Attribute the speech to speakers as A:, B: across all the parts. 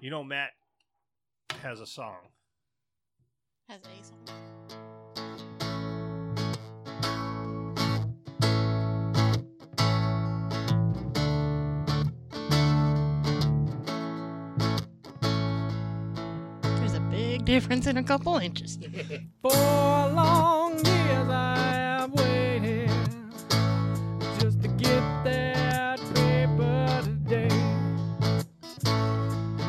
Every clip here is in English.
A: You know, Matt has a song.
B: Has a song. There's a big difference in a couple inches.
C: For long years I've waited just to get that paper today.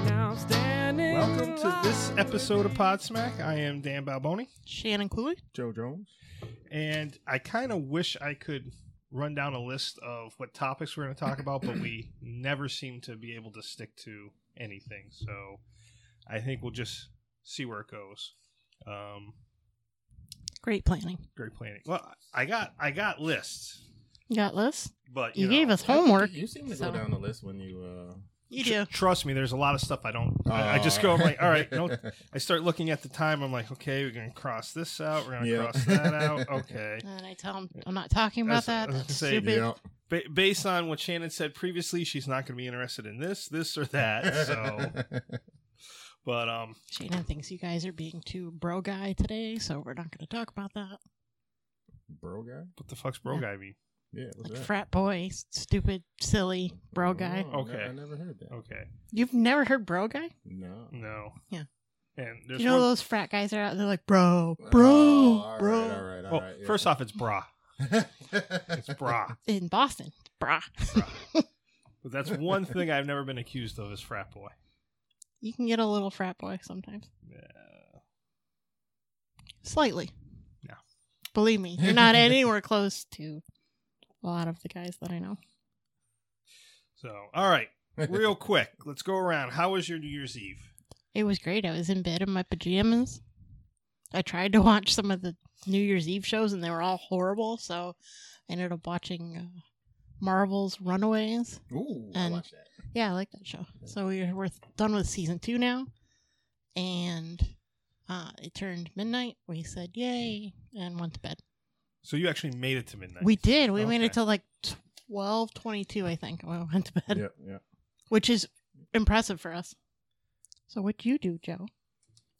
C: Now I'm standing.
A: Welcome to this
C: live
A: episode of Podsmack. I am Dan Balboni,
B: Shannon Cooley.
D: Joe Jones.
A: and I kind of wish I could run down a list of what topics we're going to talk about, but we never seem to be able to stick to anything. So I think we'll just see where it goes. Um,
B: Great planning.
A: great planning. Well, I got I got lists,
B: You got this?
A: but
B: You,
A: you, know,
B: gave us homework.
D: You seem to
B: so-
D: go down the list when you.
B: You
A: tr-
B: do.
A: trust me, there's a lot of stuff I don't.
D: Uh,
A: I, I just go. I'm like, all right, no, I start looking at the time. I'm like, okay, we're gonna cross this out. We're gonna
D: Yeah.
A: cross that out. Okay.
B: And I tell him I'm not talking about
A: That's-
B: that.
A: I was
B: That's
A: gonna say,
B: stupid.
D: yeah.
A: Ba- based on what Shannon said previously, she's not gonna be interested in this, this, or that. So, but um,
B: Shannon thinks you guys are being too bro guy today, so we're not going to talk about that.
D: Bro guy?
A: what the fuck's bro
B: Yeah.
A: guy mean?
D: Yeah. what's
B: Like
D: that?
B: frat boy, s- stupid, silly bro guy.
D: Oh, I ne-
A: Okay.
D: I never heard that.
A: Okay,
B: You've never heard bro guy?
D: No.
A: no.
B: Yeah.
A: And
B: You
A: there's
B: know
A: one-
B: those frat guys are out there like bro,
D: Oh,
B: bro,
D: all
B: bro.
D: right, all right, all
A: well,
D: right, yeah.
A: oh, first off, it's bra. It's bra.
B: In Boston, brah.
A: But that's one thing I've never been accused of is frat boy.
B: You can get a little frat boy sometimes,
A: Yeah.
B: slightly.
A: Yeah.
B: Believe me, you're not anywhere close to a lot of the guys that I know.
A: So, all right, real quick, let's go around. How was your New Year's Eve?
B: It was great. I was in bed in my pajamas. I tried to watch some of the New Year's Eve shows, and they were all horrible. So I ended up watching uh, Marvel's Runaways.
D: Ooh, I
B: And-
D: watched that.
B: Yeah, I like that show. So we're, we're done with season two now, and uh, it turned midnight. We said yay and went to bed.
A: So you actually made it to midnight.
B: We did. We made
A: Okay.
B: it till like twelve twenty-two, I think, when we went to bed,
D: Yeah, yeah.
B: which is impressive for us. So what do you do, Joe?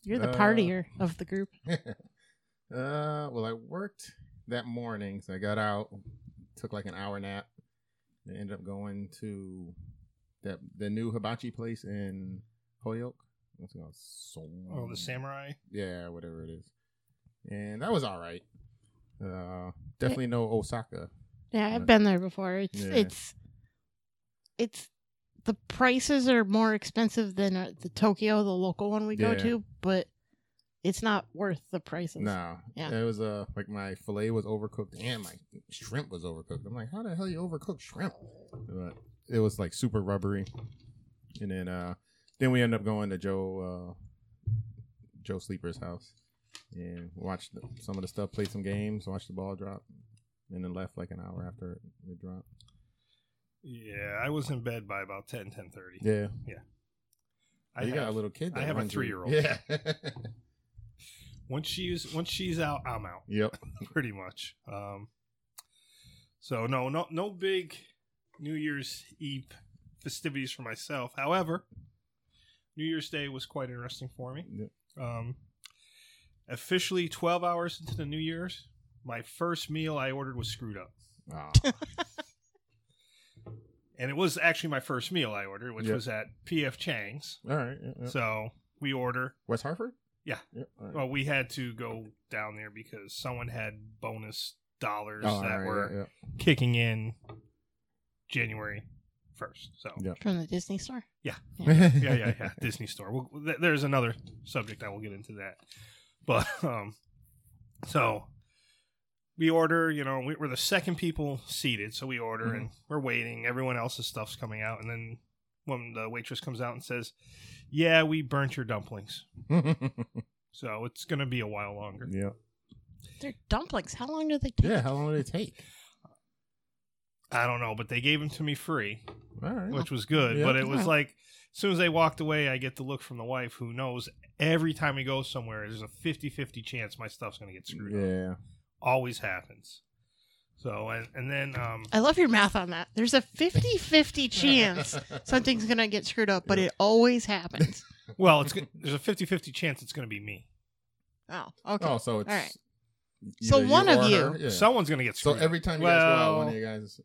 B: You're the
D: Uh,
B: partier of the group.
D: uh, well, I worked that morning, so I got out, took like an hour nap, and ended up going to that the new hibachi place in Holyoke. What's it called? Som-
A: Oh, the samurai.
D: Yeah, whatever it is. And that was all right. Uh, definitely no Osaka.
B: Yeah, I've
D: Uh,
B: been there before. It's
D: yeah.
B: it's it's the prices are more expensive than uh, the Tokyo, the local one we go
D: Yeah.
B: to, but it's not worth the prices.
D: No,
B: Yeah.
D: it was uh like my fillet was overcooked and my shrimp was overcooked. I'm like, how the hell you overcook shrimp? But it was like super rubbery. And then uh then we end up going to Joe uh Joe Sleeper's house and watched some of the stuff, played some games, watched the ball drop, and then left like an hour after it dropped.
A: Yeah, I was in bed by about 10, 10.30.
D: Yeah,
A: I
D: you got a
A: have-
D: little kid.
A: I
D: that
A: have a
D: runs you.
A: three-year-old.
D: Yeah.
A: Once she's once she's out, I'm out
D: yep.
A: pretty much. Um, so no, no, no big New Year's Eve festivities for myself. However, New Year's Day was quite interesting for me.
D: Yep.
A: Um, officially, twelve hours into the New Year's, my first meal I ordered was screwed up.
D: Aw.
A: and it was actually my first meal I ordered, which
D: Yeah.
A: was at PF Chang's.
D: All right. yeah, yeah.
A: So we order.
D: West Hartford.
A: Yeah.
D: Yep. all right.
A: Well, we had to go down there because someone had bonus dollars
D: Oh, all
A: that
D: right,
A: were
D: yeah, yeah.
A: kicking in January first. So
D: Yeah.
B: From the Disney store.
A: yeah, yeah, yeah. Disney store. We'll, th- there's another subject I will get into that, but um, so we order. You know, we, we're the second people seated, so we order and we're waiting. Everyone else's stuff's coming out, and then when the waitress comes out and says, "Yeah, we burnt your dumplings." So it's gonna be a while longer.
D: yeah.
B: They're dumplings. How long do they take?
D: Yeah. How long did it take?
A: I don't know, but they gave them to me free,
D: All right.
A: which was good.
D: Yeah.
A: But it was
B: Wow.
A: like, as soon as they walked away, I get the look from the wife who knows every time we go somewhere, there's a 50 50 chance my stuff's going to get screwed up.
D: yeah.
A: Always happens. So and, and then um,
B: I love your math on that. There's a 50 50 chance something's going to get screwed up, but it always happens.
A: well, it's go- there's a 50-50 chance it's going to be me.
B: Oh, okay.
D: Oh, so it's.
B: All right.
D: either
B: So one of
D: or
B: you-
D: her. Yeah. So,
A: Someone's going to get screwed.
D: every time you guys go out, one of you guys. is-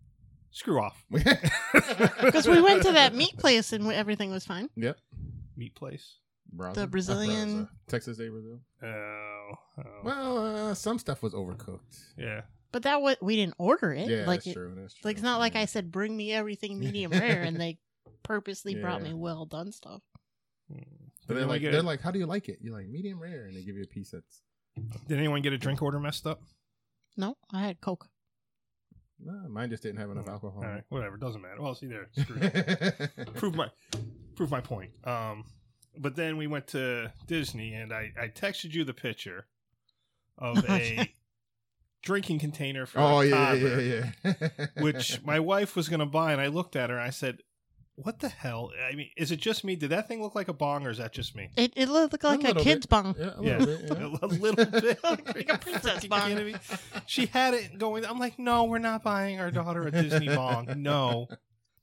A: screw off.
B: Because we went to that meat place and everything was fine.
A: Meat place.
D: Braza?
B: the Brazilian-
D: Braza. Texas Day Brazil.
A: Oh, oh.
D: Well, uh, some stuff was overcooked.
A: yeah.
B: But that was, we didn't order it.
D: yeah,
B: like,
D: that's
B: it-
D: true. That's true.
B: like, it's not like
D: Yeah.
B: I said, bring me everything medium rare, and they purposely brought
D: Yeah.
B: me well done stuff.
D: But
A: Did
D: they're
A: anyone
D: like,
A: get
D: they're
A: a-
D: like, how do you like it? You're like medium rare, and they give you a piece that's
A: Did anyone get a drink order messed up?
B: No, I had Coke.
D: nah, mine just didn't have enough alcohol.
A: All right, whatever. Doesn't matter. Well, see there. Screwed up. prove my prove my point. Um, but then we went to Disney, and I I texted you the picture of a
B: Okay.
A: drinking container for
D: oh
A: a
D: yeah, yeah,
A: toddler,
D: yeah, yeah.
A: which my wife was gonna buy, and I looked at her and I said, "What the hell? I mean, is it just me? Did that thing look like a bong, or is that just me?"
B: It, it looked like a,
D: little
B: kid's
D: bit.
B: bong.
D: yeah, a
A: Yeah.
D: little bit, yeah.
A: a little bit
B: Like a princess
A: You
B: bong.
A: kidding me? She had it going. I'm like, no, we're not buying our daughter a Disney bong. No.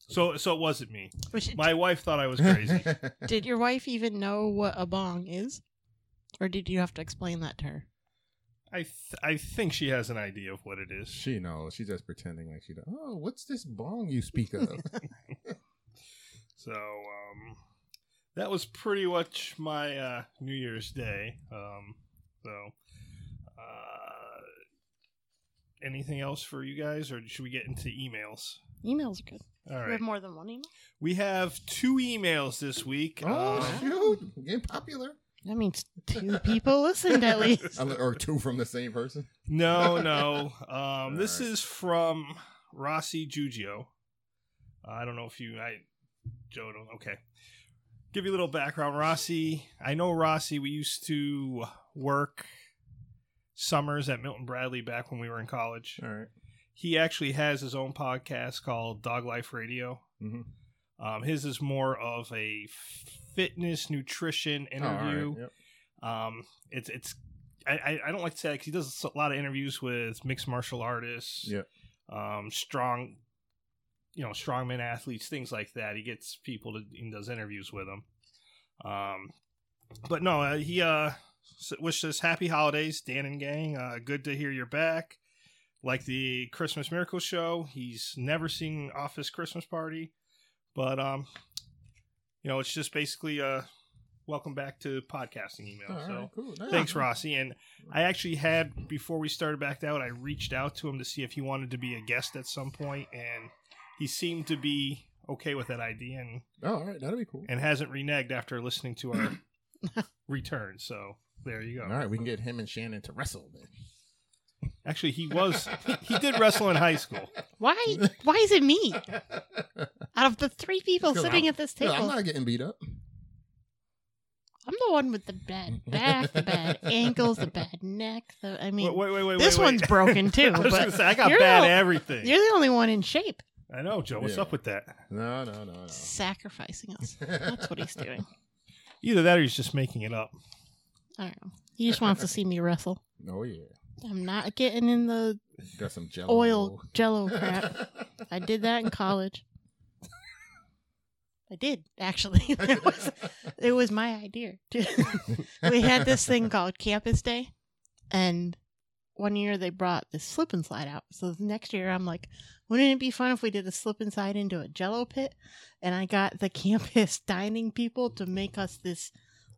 A: So so it wasn't me.
B: Which,
A: My wife thought I was crazy.
B: did your wife even know what a bong is? Or did you have to explain that to her?
A: I th- I think she has an idea of what it is.
D: She knows. She's just pretending like she does. Oh, what's this bong you speak of?
A: So um, that was pretty much my uh, New Year's Day. Um, so uh, anything else for you guys, or should we get into emails?
B: Emails are good.
A: All
B: We
A: right,
B: have more than one email.
A: we have two emails this week.
D: oh,
A: Um,
D: shoot. Getting popular.
B: That means two people listened at least.
D: Unle- or two from the same person.
A: no, no. Um, this
D: Alright.
A: is from Rossi Giugio. I don't know if you, I, Joe, don't, okay. Give you a little background. Rossi, I know Rossi, we used to work summers at Milton Bradley back when we were in college.
D: All right.
A: He actually has his own podcast called Dog Life Radio.
D: Mhm.
A: Um, his is more of a fitness, nutrition
D: Oh, all right,
A: interview.
D: yep.
A: Um, it's it's I, I- I don't like to say because he does a lot of interviews with mixed martial artists,
D: Yeah.
A: um, strong, you know, strongman athletes, things like that. He gets people to and does interviews with them. Um, but no, uh, he uh s- wished us happy holidays, Dan and gang. Uh, good to hear you're back. Like the Christmas Miracle Show, he's never seen Office Christmas Party, but um, you know, it's just basically uh, welcome back to podcasting email.
D: All right,
A: so.
D: cool. Nice.
A: Thanks, Rossi. And I actually had before we started back out, I reached out to him to see if he wanted to be a guest at some point, and he seemed to be okay with that idea and
D: Oh, all right. That'll be cool.
A: and hasn't reneged after listening to our return. So there you go.
D: All right. We can get him and Shannon to wrestle then.
A: Actually, he was he did wrestle in high school.
B: Why? Why is it me? Out of the three people
D: Because
B: sitting
D: I'm-
B: at this
D: Yeah,
B: table,
D: I'm
B: I'm,
D: not getting beat up.
B: the one with the bad back, the bad ankles, the bad neck. The I mean,
A: Wait, wait, wait, wait.
B: this
A: wait.
B: one's broken too.
A: I was
B: but
A: gonna say I got
B: you're
A: bad
B: all-
A: everything.
B: you're the only one in shape,
A: I know, Joe. What's
D: Yeah.
A: up with that?
D: No, no, no, no.
B: sacrificing us. That's what he's doing.
A: Either that or he's just making it up.
B: I don't know. He just wants to see me wrestle.
D: Oh yeah,
B: I'm not getting in the
D: got some jello.
B: oil jello crap. I did that in college. I did actually. It was it was my idea. too. we had this thing called Campus Day, and one year they brought this slip and slide out. So the next year I'm like, wouldn't it be fun if we did a slip and slide into a Jello pit? And I got the campus dining people to make us this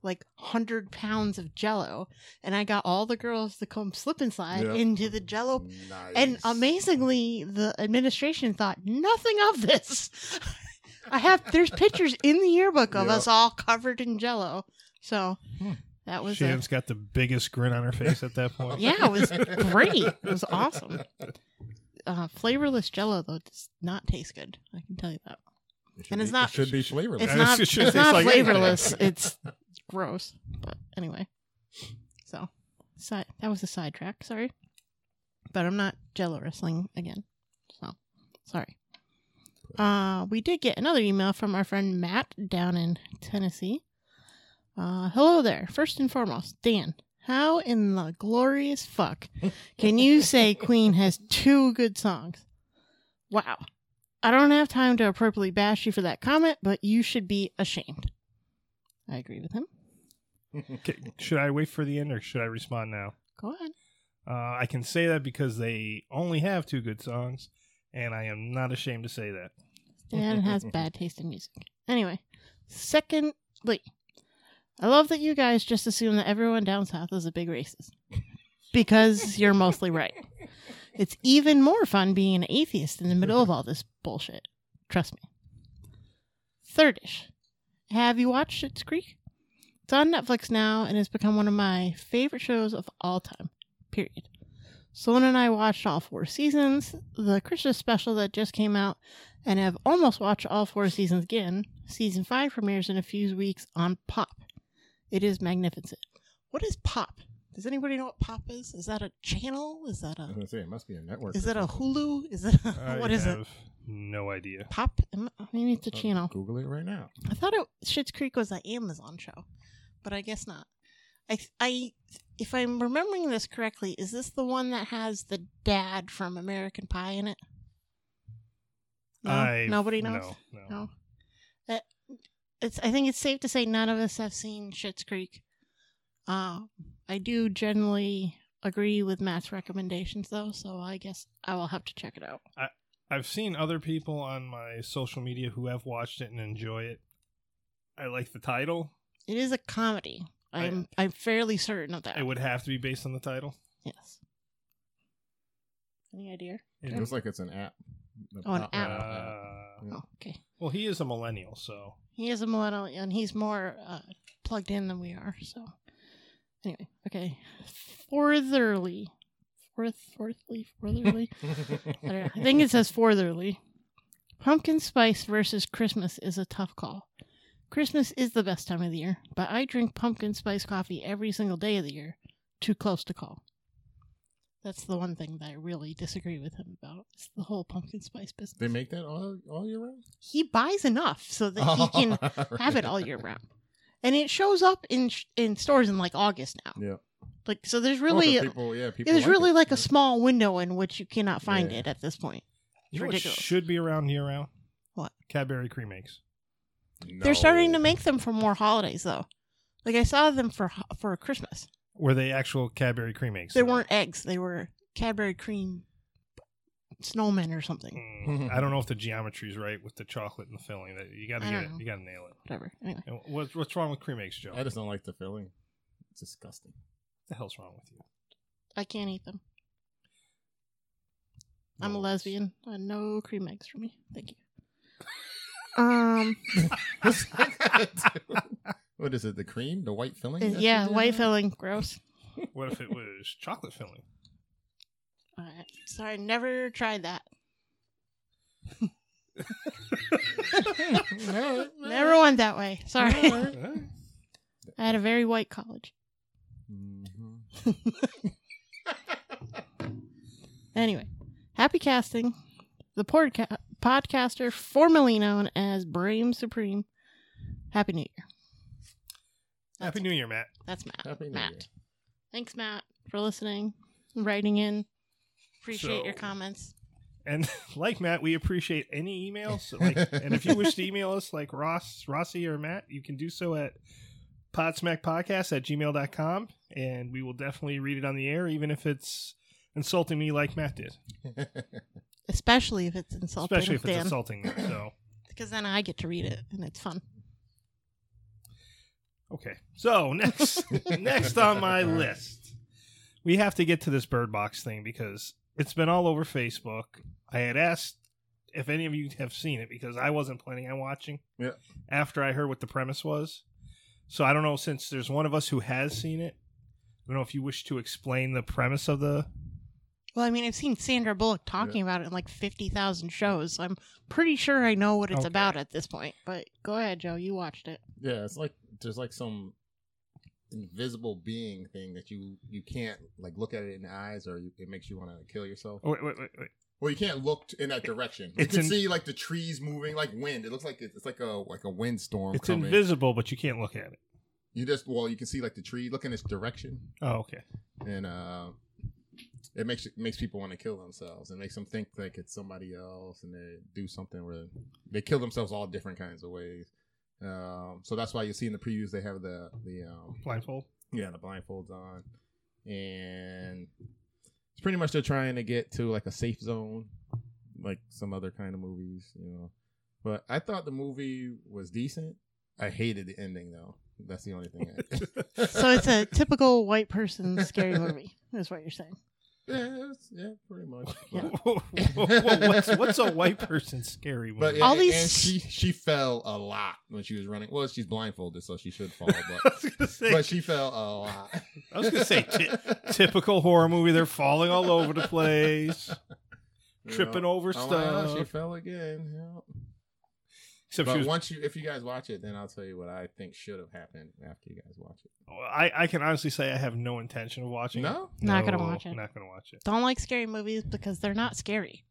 B: like hundred pounds of Jello, and I got all the girls to come slip and slide
D: Yeah.
B: into the Jello
D: Nice.
B: and amazingly, the administration thought nothing of this. I have there's pictures in the yearbook of
D: Yeah.
B: us all covered in jello. So
D: Hmm.
B: that was a,
A: Sham's got the biggest grin on her face at that point.
B: yeah, it was great. It was awesome. Uh, flavorless jello though does not taste good. I can tell you that.
D: It should
B: and it's
D: be-
B: not-
D: It should be flavorless.
B: It's
A: It
B: not.
A: should
B: It's,
A: taste
B: not
A: like anything.
B: flavorless. It's gross. But anyway, so side, that was a sidetrack. Sorry, but I'm not jello wrestling again. So sorry. Uh, we did get another email from our friend Matt down in Tennessee. Uh, hello there. First and foremost, Dan. How in the glorious fuck can you say Queen has two good songs? Wow. I don't have time to appropriately bash you for that comment, but you should be ashamed. I agree with him.
A: Okay, should I wait for the end or should I respond now?
B: Go ahead.
A: Uh, I can say that because they only have two good songs, and I am not ashamed to say that.
B: Dan has bad taste in music. Anyway, secondly, I love that you guys just assume that everyone down south is a big racist because you're mostly right. It's even more fun being an atheist in the middle of all this bullshit. Trust me. Thirdish, have you watched Schitt's Creek? It's on Netflix now and has become one of my favorite shows of all time. Period. Sloan and I watched all four seasons. The Christmas special that just came out and have almost watched all four seasons again. Season 5 premieres in a few weeks on Pop. It is magnificent. What is Pop? Does anybody know what Pop is? Is that a channel? Is that
D: I was
B: a
D: gonna say it must be a network.
B: is Uh, that a Hulu? Is it a,
A: I
B: what is it?
A: have No idea.
B: Pop? Am I- Maybe it's a channel.
D: Uh, Google it right now.
B: I thought it Schitt's Creek was an Amazon show, but I guess not. I I if I'm remembering this correctly, is this the one that has the dad from American Pie in it? No,
A: I
B: nobody knows.
A: No, no.
B: No. Uh, it's. I think it's safe to say none of us have seen Schitt's Creek. Uh, I do generally agree with Matt's recommendations, though, so I guess I will have to check it out.
A: I've seen other people on my social media who have watched it and enjoy it. I like the title.
B: It is a comedy.
A: I-
B: I'm I, am fairly certain of that.
A: It would have to be based on the title.
B: yes. Any idea?
D: It looks like it's an app. The
B: Oh, an
D: pop-
A: Uh,
B: app.
D: Yeah.
B: Oh, okay.
A: well, he is a millennial, so
B: He is a millennial, and he's more uh, plugged in than we are. So, anyway, okay. Fortherly, forth, forthly, fortherly. I don't know. I think it says fortherly. Pumpkin spice versus Christmas is a tough call. Christmas is the best time of the year, but I drink pumpkin spice coffee every single day of the year. Too close to call. That's the one thing that I really disagree with him about. It's the whole pumpkin spice business.
D: They make that all all year round.
B: he buys enough so that he can have it all year round. And it shows up in sh- in stores in like August now.
D: Yeah.
B: Like so there's
D: Oh, 'cause
B: really
D: people, yeah, people
B: there's
D: like
B: really
D: it.
B: like a small window in which you cannot find
D: Yeah.
B: it at this point.
A: you know what
B: Ridiculous.
A: should be around year round.
B: What?
A: Cadbury cream eggs.
B: They're starting
D: No.
B: to make them for more holidays though. Like I saw them for ho- for Christmas.
A: Were they actual Cadbury cream eggs?
B: They weren't eggs, they were Cadbury cream snowmen or something.
A: Mm, I don't know if the geometry's right with the chocolate and the filling. That you got to
B: I
A: get
B: don't
A: it.
B: know.
A: You got to nail it.
B: Whatever. Anyway.
A: And what's what's wrong with cream eggs, Joe?
D: I
A: What
D: just don't like the filling. It's disgusting.
A: the hell's wrong with you?
B: I can't eat them. I'm a
D: No.
B: lesbian. Uh, no cream eggs for me. Thank you. Um
D: what is it? The cream, the white filling.
B: Is-
D: that
B: Uh, yeah,
D: you did
B: white
D: on?
B: filling, gross.
A: What if it was chocolate filling?
B: Uh, sorry, never tried that.
D: All right, all
B: Never
D: right.
B: went that way. Sorry,
D: All right.
A: Huh?
B: I had a very white college.
D: Mhm.
B: Anyway, happy casting. The podca- podcaster formerly known as Brame Supreme. Happy New Year.
A: Happy New Year, Matt.
B: That's Matt.
D: Happy New
B: Matt.
D: Year.
B: Thanks, Matt, for listening, writing in. Appreciate
A: So-
B: your comments.
A: And like Matt, we appreciate any emails. Like, and if you wish to email us, like Ross, Rossi, or Matt, you can do so at podsmackpodcast at gmail.com. And we will definitely read it on the air, even if it's insulting me like Matt did.
B: Especially if it's insulting,
A: Especially if it's
B: Dan,
A: insulting me. So,
B: because then I get to read it and it's fun.
A: okay. So, next, next on my list, we have to get to this bird box thing because it's been all over Facebook. I had asked if any of you have seen it because I wasn't planning on watching.
D: Yeah.
A: After I heard what the premise was, so I don't know. Since there's one of us who has seen it, I don't know if you wish to explain the premise of the.
B: Well, I mean, I've seen Sandra Bullock talking about it in like 50,000 shows. So I'm pretty sure I know what it's
A: Okay.
B: about at this point. But go ahead, Joe. You watched it.
D: Yeah, it's like there's like some invisible being thing that you you can't like look at it in the eyes or you, it makes you want to kill yourself.
A: Oh, wait, wait, wait, wait.
D: Well, you can't look t- in that direction. You
A: It's
D: can
A: in-
D: see like the trees moving like wind. It looks like it's, it's like a like a windstorm
A: It's
D: coming.
A: invisible, but you can't look at it.
D: You just well, you can see like the tree. Look in its direction,
A: Oh, okay.
D: and uh, it makes it makes people want to kill themselves. It makes them think like it's somebody else, and they do something where they kill themselves all different kinds of ways. Um, so that's why you see in the previews they have the the um,
A: Blindfold.
D: yeah, the blindfolds on, and it's pretty much they're trying to get to like a safe zone, like some other kind of movies, you know. But I thought the movie was decent. I hated the ending though. That's the only thing. I,
B: So it's a typical white person scary movie. That's what you're saying.
D: yeah, it was- yeah, pretty much.
B: Yeah.
D: But,
A: what's, what's a white person scary movie?
D: but yeah,
B: All
D: and
B: these-
D: she she fell a lot when she was running. Well, she's blindfolded, so she should fall, but
A: I was gonna say,
D: but she fell a lot.
A: I was gonna say ti- typical horror movie. They're falling all over the place,
D: You
A: tripping
D: know?
A: over
D: Oh,
A: stuff.
D: wow, she fell again. Yeah.
A: Except
D: but
A: she was,
D: once you, if you guys watch it, then I'll tell you what I think should have happened after you guys watch it.
A: I, I can honestly say I have no intention of watching. it.
D: No,
B: Not
A: No,
B: gonna watch it.
A: Not gonna watch it.
B: Don't like scary movies because they're not scary,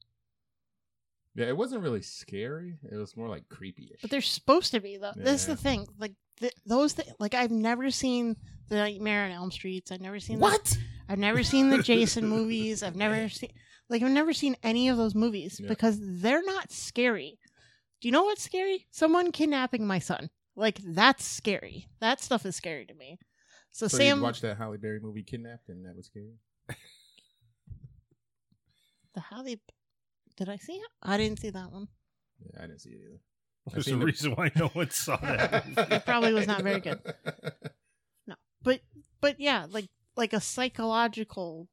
D: yeah, it wasn't really scary. It was more like creepy.
B: but they're supposed to be. Though that's
D: Yeah.
B: the thing. Like th- those, th- like I've never seen the Nightmare on Elm Streets. I've never seen the-
D: what?
B: I've never seen the Jason movies. I've never seen like I've never seen any of those movies
D: Yeah.
B: because they're not scary. Do you know what's scary? Someone kidnapping my son. Like that's scary. That stuff is scary to me. So,
D: So
B: Sam,
D: you watched that Halle Berry movie Kidnapped, and that was scary.
B: the Halle, did I see it? I didn't see that one.
D: Yeah, I didn't see it either. I've
A: There's a
D: seen the-
A: reason why no one saw that.
B: It probably was not very good. But but yeah, like like a psychological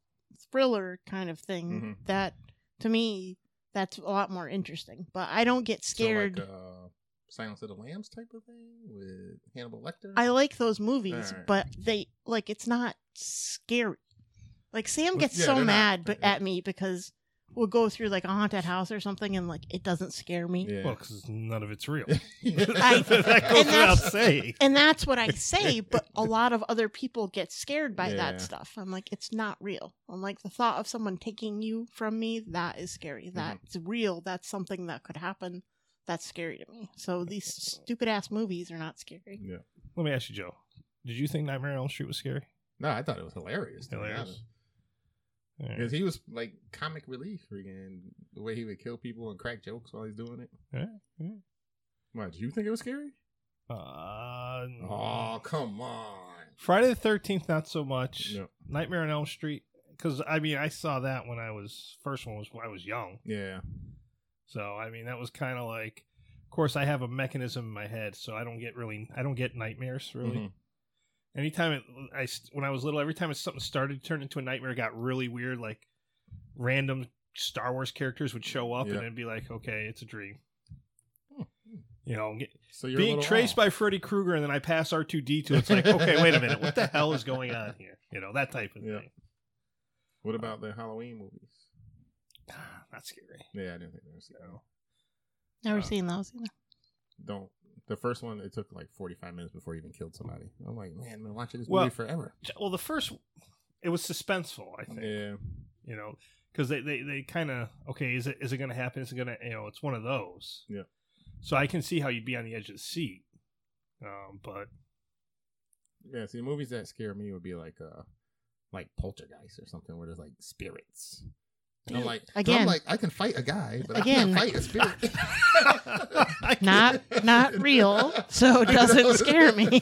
B: thriller kind of thing.
D: Mhm.
B: That to me, that's a lot more interesting. But I don't get scared.
D: So like, uh, Silence of the Lambs type of thing with Hannibal Lecter.
B: I like those movies,
D: Alright.
B: but they like it's not scary. Like Sam
D: Well,
B: gets
D: yeah,
B: so
D: they're not-
B: mad but
D: yeah.
B: at me because we'll go through like a haunted house or something and like it doesn't scare me.
D: Yeah.
A: Well, because none of it's real.
B: I-
A: that goes without
B: and that's-
A: saying.
B: And that's what I say, but a lot of other people get scared by
D: Yeah.
B: that stuff. I'm like, it's not real. I'm like, the thought of someone taking you from me, that is scary.
D: Mm-hmm.
B: That's real. That's something that could happen. That's scary to me. So these stupid ass movies are not scary.
D: yeah.
A: Let me ask you, Joe. Did you think Nightmare on Elm Street was scary?
D: No, I thought it was hilarious. to be
A: Hilarious.
D: honest.
A: All right.
D: Because he was like comic relief, freaking the way he would kill people and crack jokes while he's doing it.
A: Yeah, yeah.
D: Why did you think it was scary?
A: Uh,
D: Oh, come on!
A: Friday the Thirteenth, not so much.
D: No.
A: Nightmare on Elm Street, because I mean, I saw that when I was first one was when I was young.
D: Yeah,
A: So I mean, that was kind of like. Of course, I have a mechanism in my head, so I don't get really, I don't get nightmares really.
D: Mhm.
A: Anytime it, I s- when I was little, every time it, something started to turn into a nightmare, it got really weird. Like random Star Wars characters would show up,
D: Yeah.
A: and it'd be like, okay, it's a dream.
D: Hmm.
A: You know, get,
D: So you're
A: being traced by Freddy Krueger, and then I pass R two D two. It's like, okay, wait a minute, what the hell is going on here? You know, that type of
D: Yeah.
A: thing.
D: What about the Halloween movies?
A: Not scary.
D: Yeah, I didn't think they were scary.
B: Never
D: Uh,
B: seen those either.
D: Don't. The first one, it took like 45 minutes before he even killed somebody. I'm like, man, I've been watching this
A: Well-
D: movie forever.
A: Well, the first, it was suspenseful. I think
D: Yeah,
A: you know because they they, they kind of okay, is it is it going to happen? Is it going to you know? It's one of those.
D: Yeah.
A: So I can see how you'd be on the edge of the seat, um, but
D: yeah. See, the movies that scare me would be like, uh, like Poltergeist or something, where there's like spirits. And I'm like,
B: Again.
D: I'm like, I can fight a guy, but
B: Again.
D: I can't fight a spirit.
B: Not not real, so it doesn't scare me.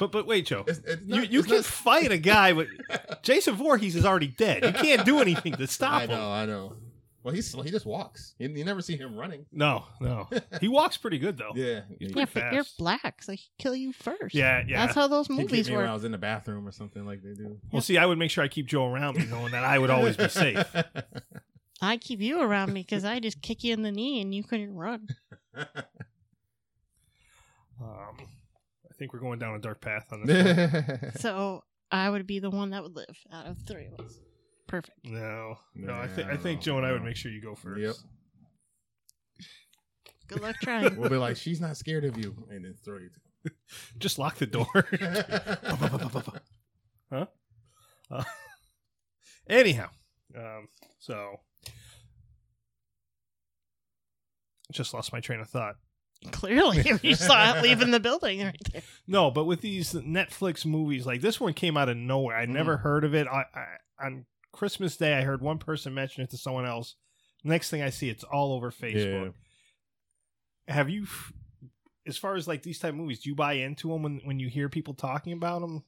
A: but but wait, Joe.
D: It's, it's
A: You,
D: not,
A: you
D: it's
A: can
D: not-
A: fight a guy, but Jason Voorhees is already dead. You can't do anything to stop
D: I
A: him.
D: know, I know. Well, he's he just walks. You, you never see him running.
A: No, no. He walks pretty good though.
D: Yeah,
A: He's
D: he,
B: Yeah,
A: pretty
B: but you're
A: fast.
B: black, so he kill you first.
A: Yeah, yeah.
B: That's how those
D: he kicked
B: movies
D: me
B: work.
D: when I was in the bathroom or something like they do.
A: Well, see, I would make sure I keep Joe around me, knowing that I would always be safe.
B: I keep you around me because I just kick you in the knee and you couldn't run.
A: Um, I think we're going down a dark path on this. one.
D: no,
B: So I would be the one that would live out of the three of us. Perfect.
D: Mm.
A: no, no, I,
D: No,
A: think I think Joe and I would
D: no.
A: make sure you go first.
D: Yep.
B: Good luck trying.
D: we'll be like, she's not scared of you, and then throw you.
A: Just lock the door.
D: to-
A: Uh, Anyhow, um, so just lost my train of thought.
B: Clearly, if you saw it leaving the building right there.
A: No, but with these Netflix movies, like this one came out of nowhere. I never
D: Mm-hmm.
A: heard of it. I, I on Christmas Day, I heard one person mention it to someone else. Next thing I see, it's all over Facebook. Have you, as far as like these type of movies, do you buy into them when when you hear people talking about them,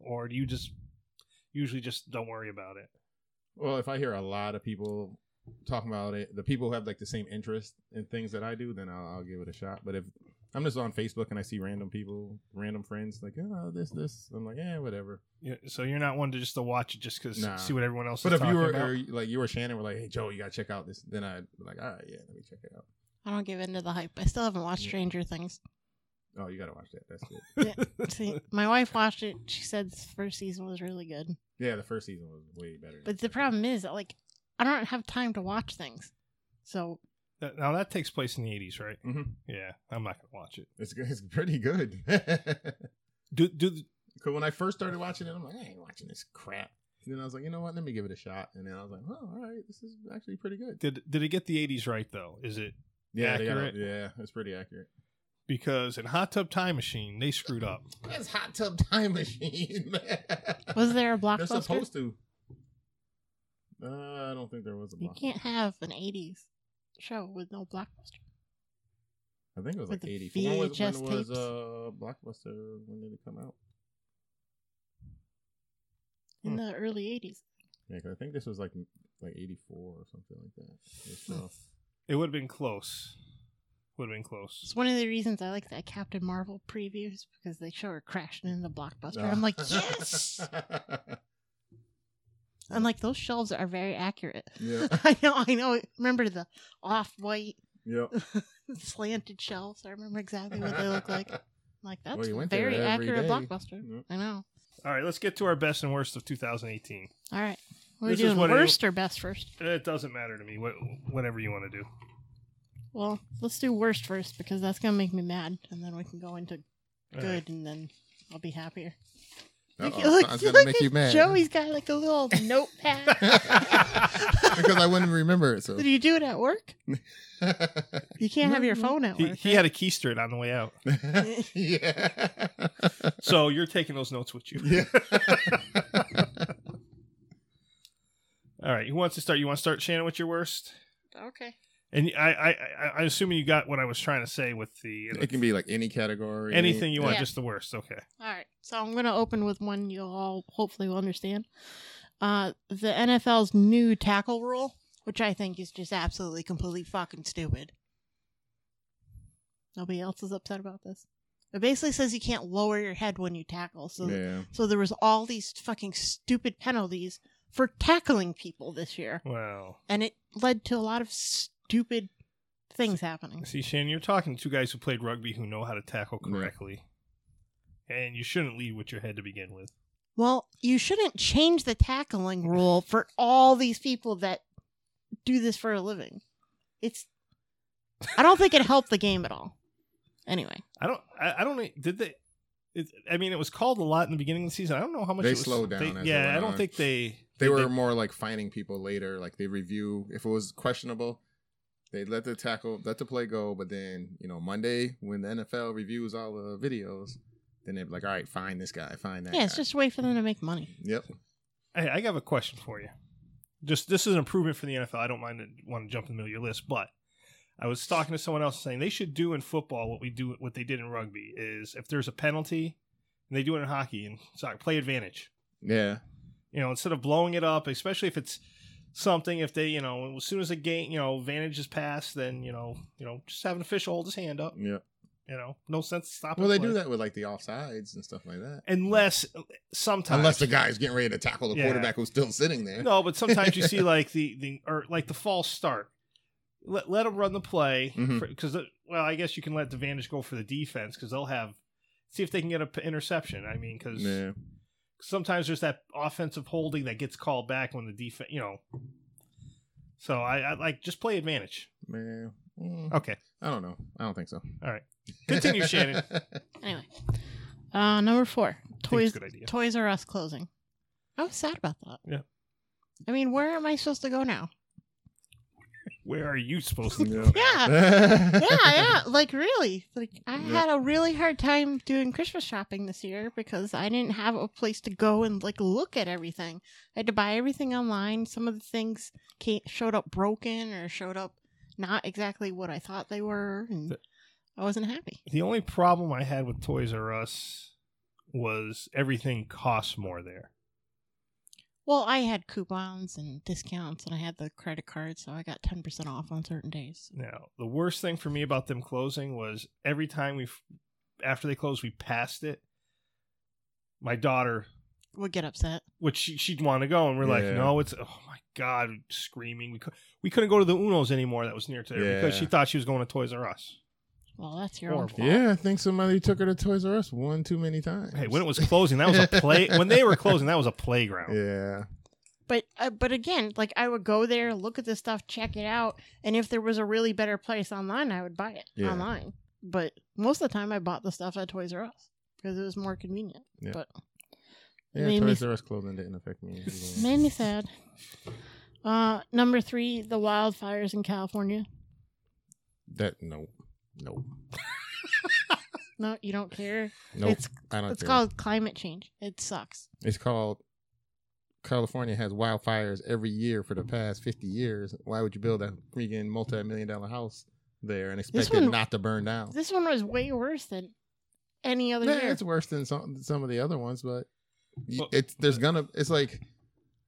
A: or do you just usually just don't worry about it?
D: Well, if I hear a lot of people talking about it, the people who have like the same interest in things that I do, then I'll, I'll give it a shot. But if I'm just on Facebook and I see random people, random friends, like oh this this, I'm like yeah whatever.
A: You- So you're not one to just to watch it just because
D: Nah.
A: see what everyone else.
D: But
A: is
D: if you
A: talking
D: were
A: about.
D: or, like you or Shannon were like hey Joe you gotta check out this, then I'd be like all right yeah let me check it out.
B: I don't give in to the hype. I still haven't watched Stranger Things.
D: Oh you gotta watch that. That's good.
B: See, my wife watched it. She said the first season was really good.
D: yeah, the first season was way better. than
B: But
D: this
B: the problem is, like, I don't have time to watch things. So
A: That- now that takes place in the 80s, right?
D: one. Mhm.
A: Yeah, I'm not gonna watch it.
D: it's good. It's pretty good.
A: Do do
D: Because when I first started watching it, I'm like, I ain't watching this crap. And then I was like, you know what? Let me give it a shot. And then I was like, oh, all right, this is actually pretty good.
A: did did it get the 80s right though? Is it
D: Yeah, they got it.
A: Accurate.
D: yeah, it's pretty accurate.
A: because in Hot Tub Time Machine they screwed up.
D: It's Hot Tub Time Machine.
B: was there a
D: They're
B: blockbuster?
D: supposed to. Uh, I don't think there was a
B: You
D: blockbuster.
B: can't have an '80s show with no blockbuster.
D: I think it was
B: with
D: like
B: the
D: 84. When was, when
B: VHS
D: was
B: tapes.
D: uh, Blockbuster? When did it come out?
B: In
A: Hmm.
B: the early '80s,
D: Yeah, 'cause I think this was like like 84 or something like that. It's,
B: Hmm.
D: uh,
A: It would have been close. Would have been close.
B: it's one of the reasons I like that Captain Marvel previews because they show her crashing into blockbuster.
D: uh,
B: I'm like, yes. I'm like, those shelves are very accurate.
D: yeah.
B: I know, I know. Remember the off-white
D: Yep.
B: slanted shelves? I remember exactly what they look like. I'm like that's
D: Well, you went there
B: very
D: every
B: accurate
D: day.
B: blockbuster.
D: Yep.
B: I know.
A: All right, let's get to our best and worst of 2018.
B: All right, we're
A: This is
B: doing
A: what it-
B: worst or best first.
A: It doesn't matter to me. Wh- whatever you want to do.
B: Well, let's do worst first because that's gonna make me mad, and then we can go into
A: All
B: good, and then I'll be happier.
D: Uh-oh,
B: Look,
D: sounds
B: look
D: gonna make
B: at
D: you mad.
B: Joey's got like a little notepad.
D: because I wouldn't remember it. So
B: Do you do it at work? You can't have your
D: Mm-hmm.
B: phone at
A: He,
B: work.
A: he had a keister on the way out,
D: yeah,
A: so you're taking those notes with you.
D: yeah.
A: All right, who wants to start? You want to start, Shannon, with your worst?
B: okay.
A: And I, I, I, I assuming you got what I was trying to say with the
D: It can be like any category,
A: anything you want,
B: Yeah.
A: just the worst. Okay.
B: All right. So I'm gonna open with one you all hopefully will understand. Uh, the NFL's new tackle rule, which I think is just absolutely completely fucking stupid. Nobody else is upset about this. It basically says you can't lower your head when you tackle. So
D: Yeah,
B: So there was all these fucking stupid penalties for tackling people this year,
A: Well,
B: and it led to a lot of stupid things happening.
A: see, Shannon, you're talking to two guys who played rugby who know how to tackle
D: Yeah.
A: correctly, and you shouldn't lead with your head to begin with.
B: Well, you shouldn't change the tackling rule for all these people that do this for a living. It's I don't think it helped the game at all. Anyway,
A: I don't. I, I don't. e, Did they? It, I mean, it was called a lot in the beginning of the season. I don't know how much
D: They
A: it was,
D: slowed down
A: they-
D: as it
A: yeah,
D: went
A: I don't
D: on.
A: think they.
D: they were more like finding people later. Like they review if it was questionable, they let the tackle, let the play go. But then you know Monday when the NFL reviews all the videos, then they're like, all right, find this guy, find that.
B: yeah, it's
D: guy.
B: just a way for them to make money.
D: yep.
A: Hey, I have a question for you. Just this is an improvement for the NFL. I don't mind to want to jump in the middle of your list, but I was talking to someone else saying they should do in football what we do, what they did in rugby is if there's a penalty, and they do it in hockey and sorry, play advantage.
D: Yeah.
A: you know, instead of blowing it up, especially if it's something, if they, you know, as soon as a game, you know, advantage is passed, then you know, you know, just have an official hold his hand up.
D: Yeah.
A: You know, no sense to stop.
D: Well,
A: and
D: they
A: play.
D: do that with like the offsides and stuff like that.
A: unless sometimes,
D: Unless the guy's getting ready to tackle the
A: Yeah.
D: quarterback who's still sitting there.
A: No, but sometimes you see like the the or like the false start. Let let them run the play
D: Mhm.
A: because well, I guess you can let the advantage go for the defense because they'll have see if they can get an interception. I mean, because
D: Yeah.
A: sometimes there's that offensive holding that gets called back when the defense, you know. So I, I like just play advantage.
D: Man. Mm,
A: Okay.
D: I don't know. I don't think so.
A: All right. Continue, Shannon.
B: Anyway, uh, number four,
A: Toys.
B: toys
A: Good idea.
B: Toys R Us closing. I was sad about that.
A: Yeah.
B: I mean, where am I supposed to go now?
A: Where are you supposed to go?
B: Yeah.
D: yeah,
B: Yeah, yeah. Like really. Like I
D: Yeah.
B: had a really hard time doing Christmas shopping this year because I didn't have a place to go and like look at everything. I had to buy everything online. Some of the things came, showed up broken or showed up not exactly what I thought they were and
A: Th-
B: I wasn't happy.
A: The only problem I had with Toys R Us was everything costs more there.
B: Well, I had coupons and discounts and I had the credit card so I got 10% off on certain days.
A: Now, the worst thing for me about them closing was every time we, after they closed, we passed it. My daughter,
B: Would get upset.
A: which she, she'd want to go, and we're like,
D: Yeah.
A: no, it's oh my god, screaming. We cou- we couldn't go to the Unos anymore. That was near to her because
D: Yeah.
A: she thought she was going to Toys R Us.
B: Well, that's your own
A: Horrible.
B: fault.
D: I think somebody took her to Toys R Us one too many times.
A: Hey, when it was closing, that was a play. when they were closing, that was a playground.
D: yeah,
B: But uh, but again, like I would go there, look at the stuff, check it out, and if there was a really better place online, I would buy it
D: Yeah.
B: online. But most of the time, I bought the stuff at Toys R Us because it was more convenient.
D: yeah,
B: Made me-
D: Toys R Us closing didn't affect me.
B: Made me sad. Uh, number three, the wildfires in California.
D: that no, no,
B: No, you don't care.
D: no.
B: It's
D: I don't
B: it's
D: care.
B: called climate change. It sucks.
D: It's called California has wildfires every year for the past 50 years. Why would you build a freaking multi million dollar house there and expect it
B: one-
D: not to burn down?
B: This one was way worse than any other
D: Nah,
B: year.
D: it's worse than some, some of the other ones, but y-
A: Well-
D: it's there's gonna it's like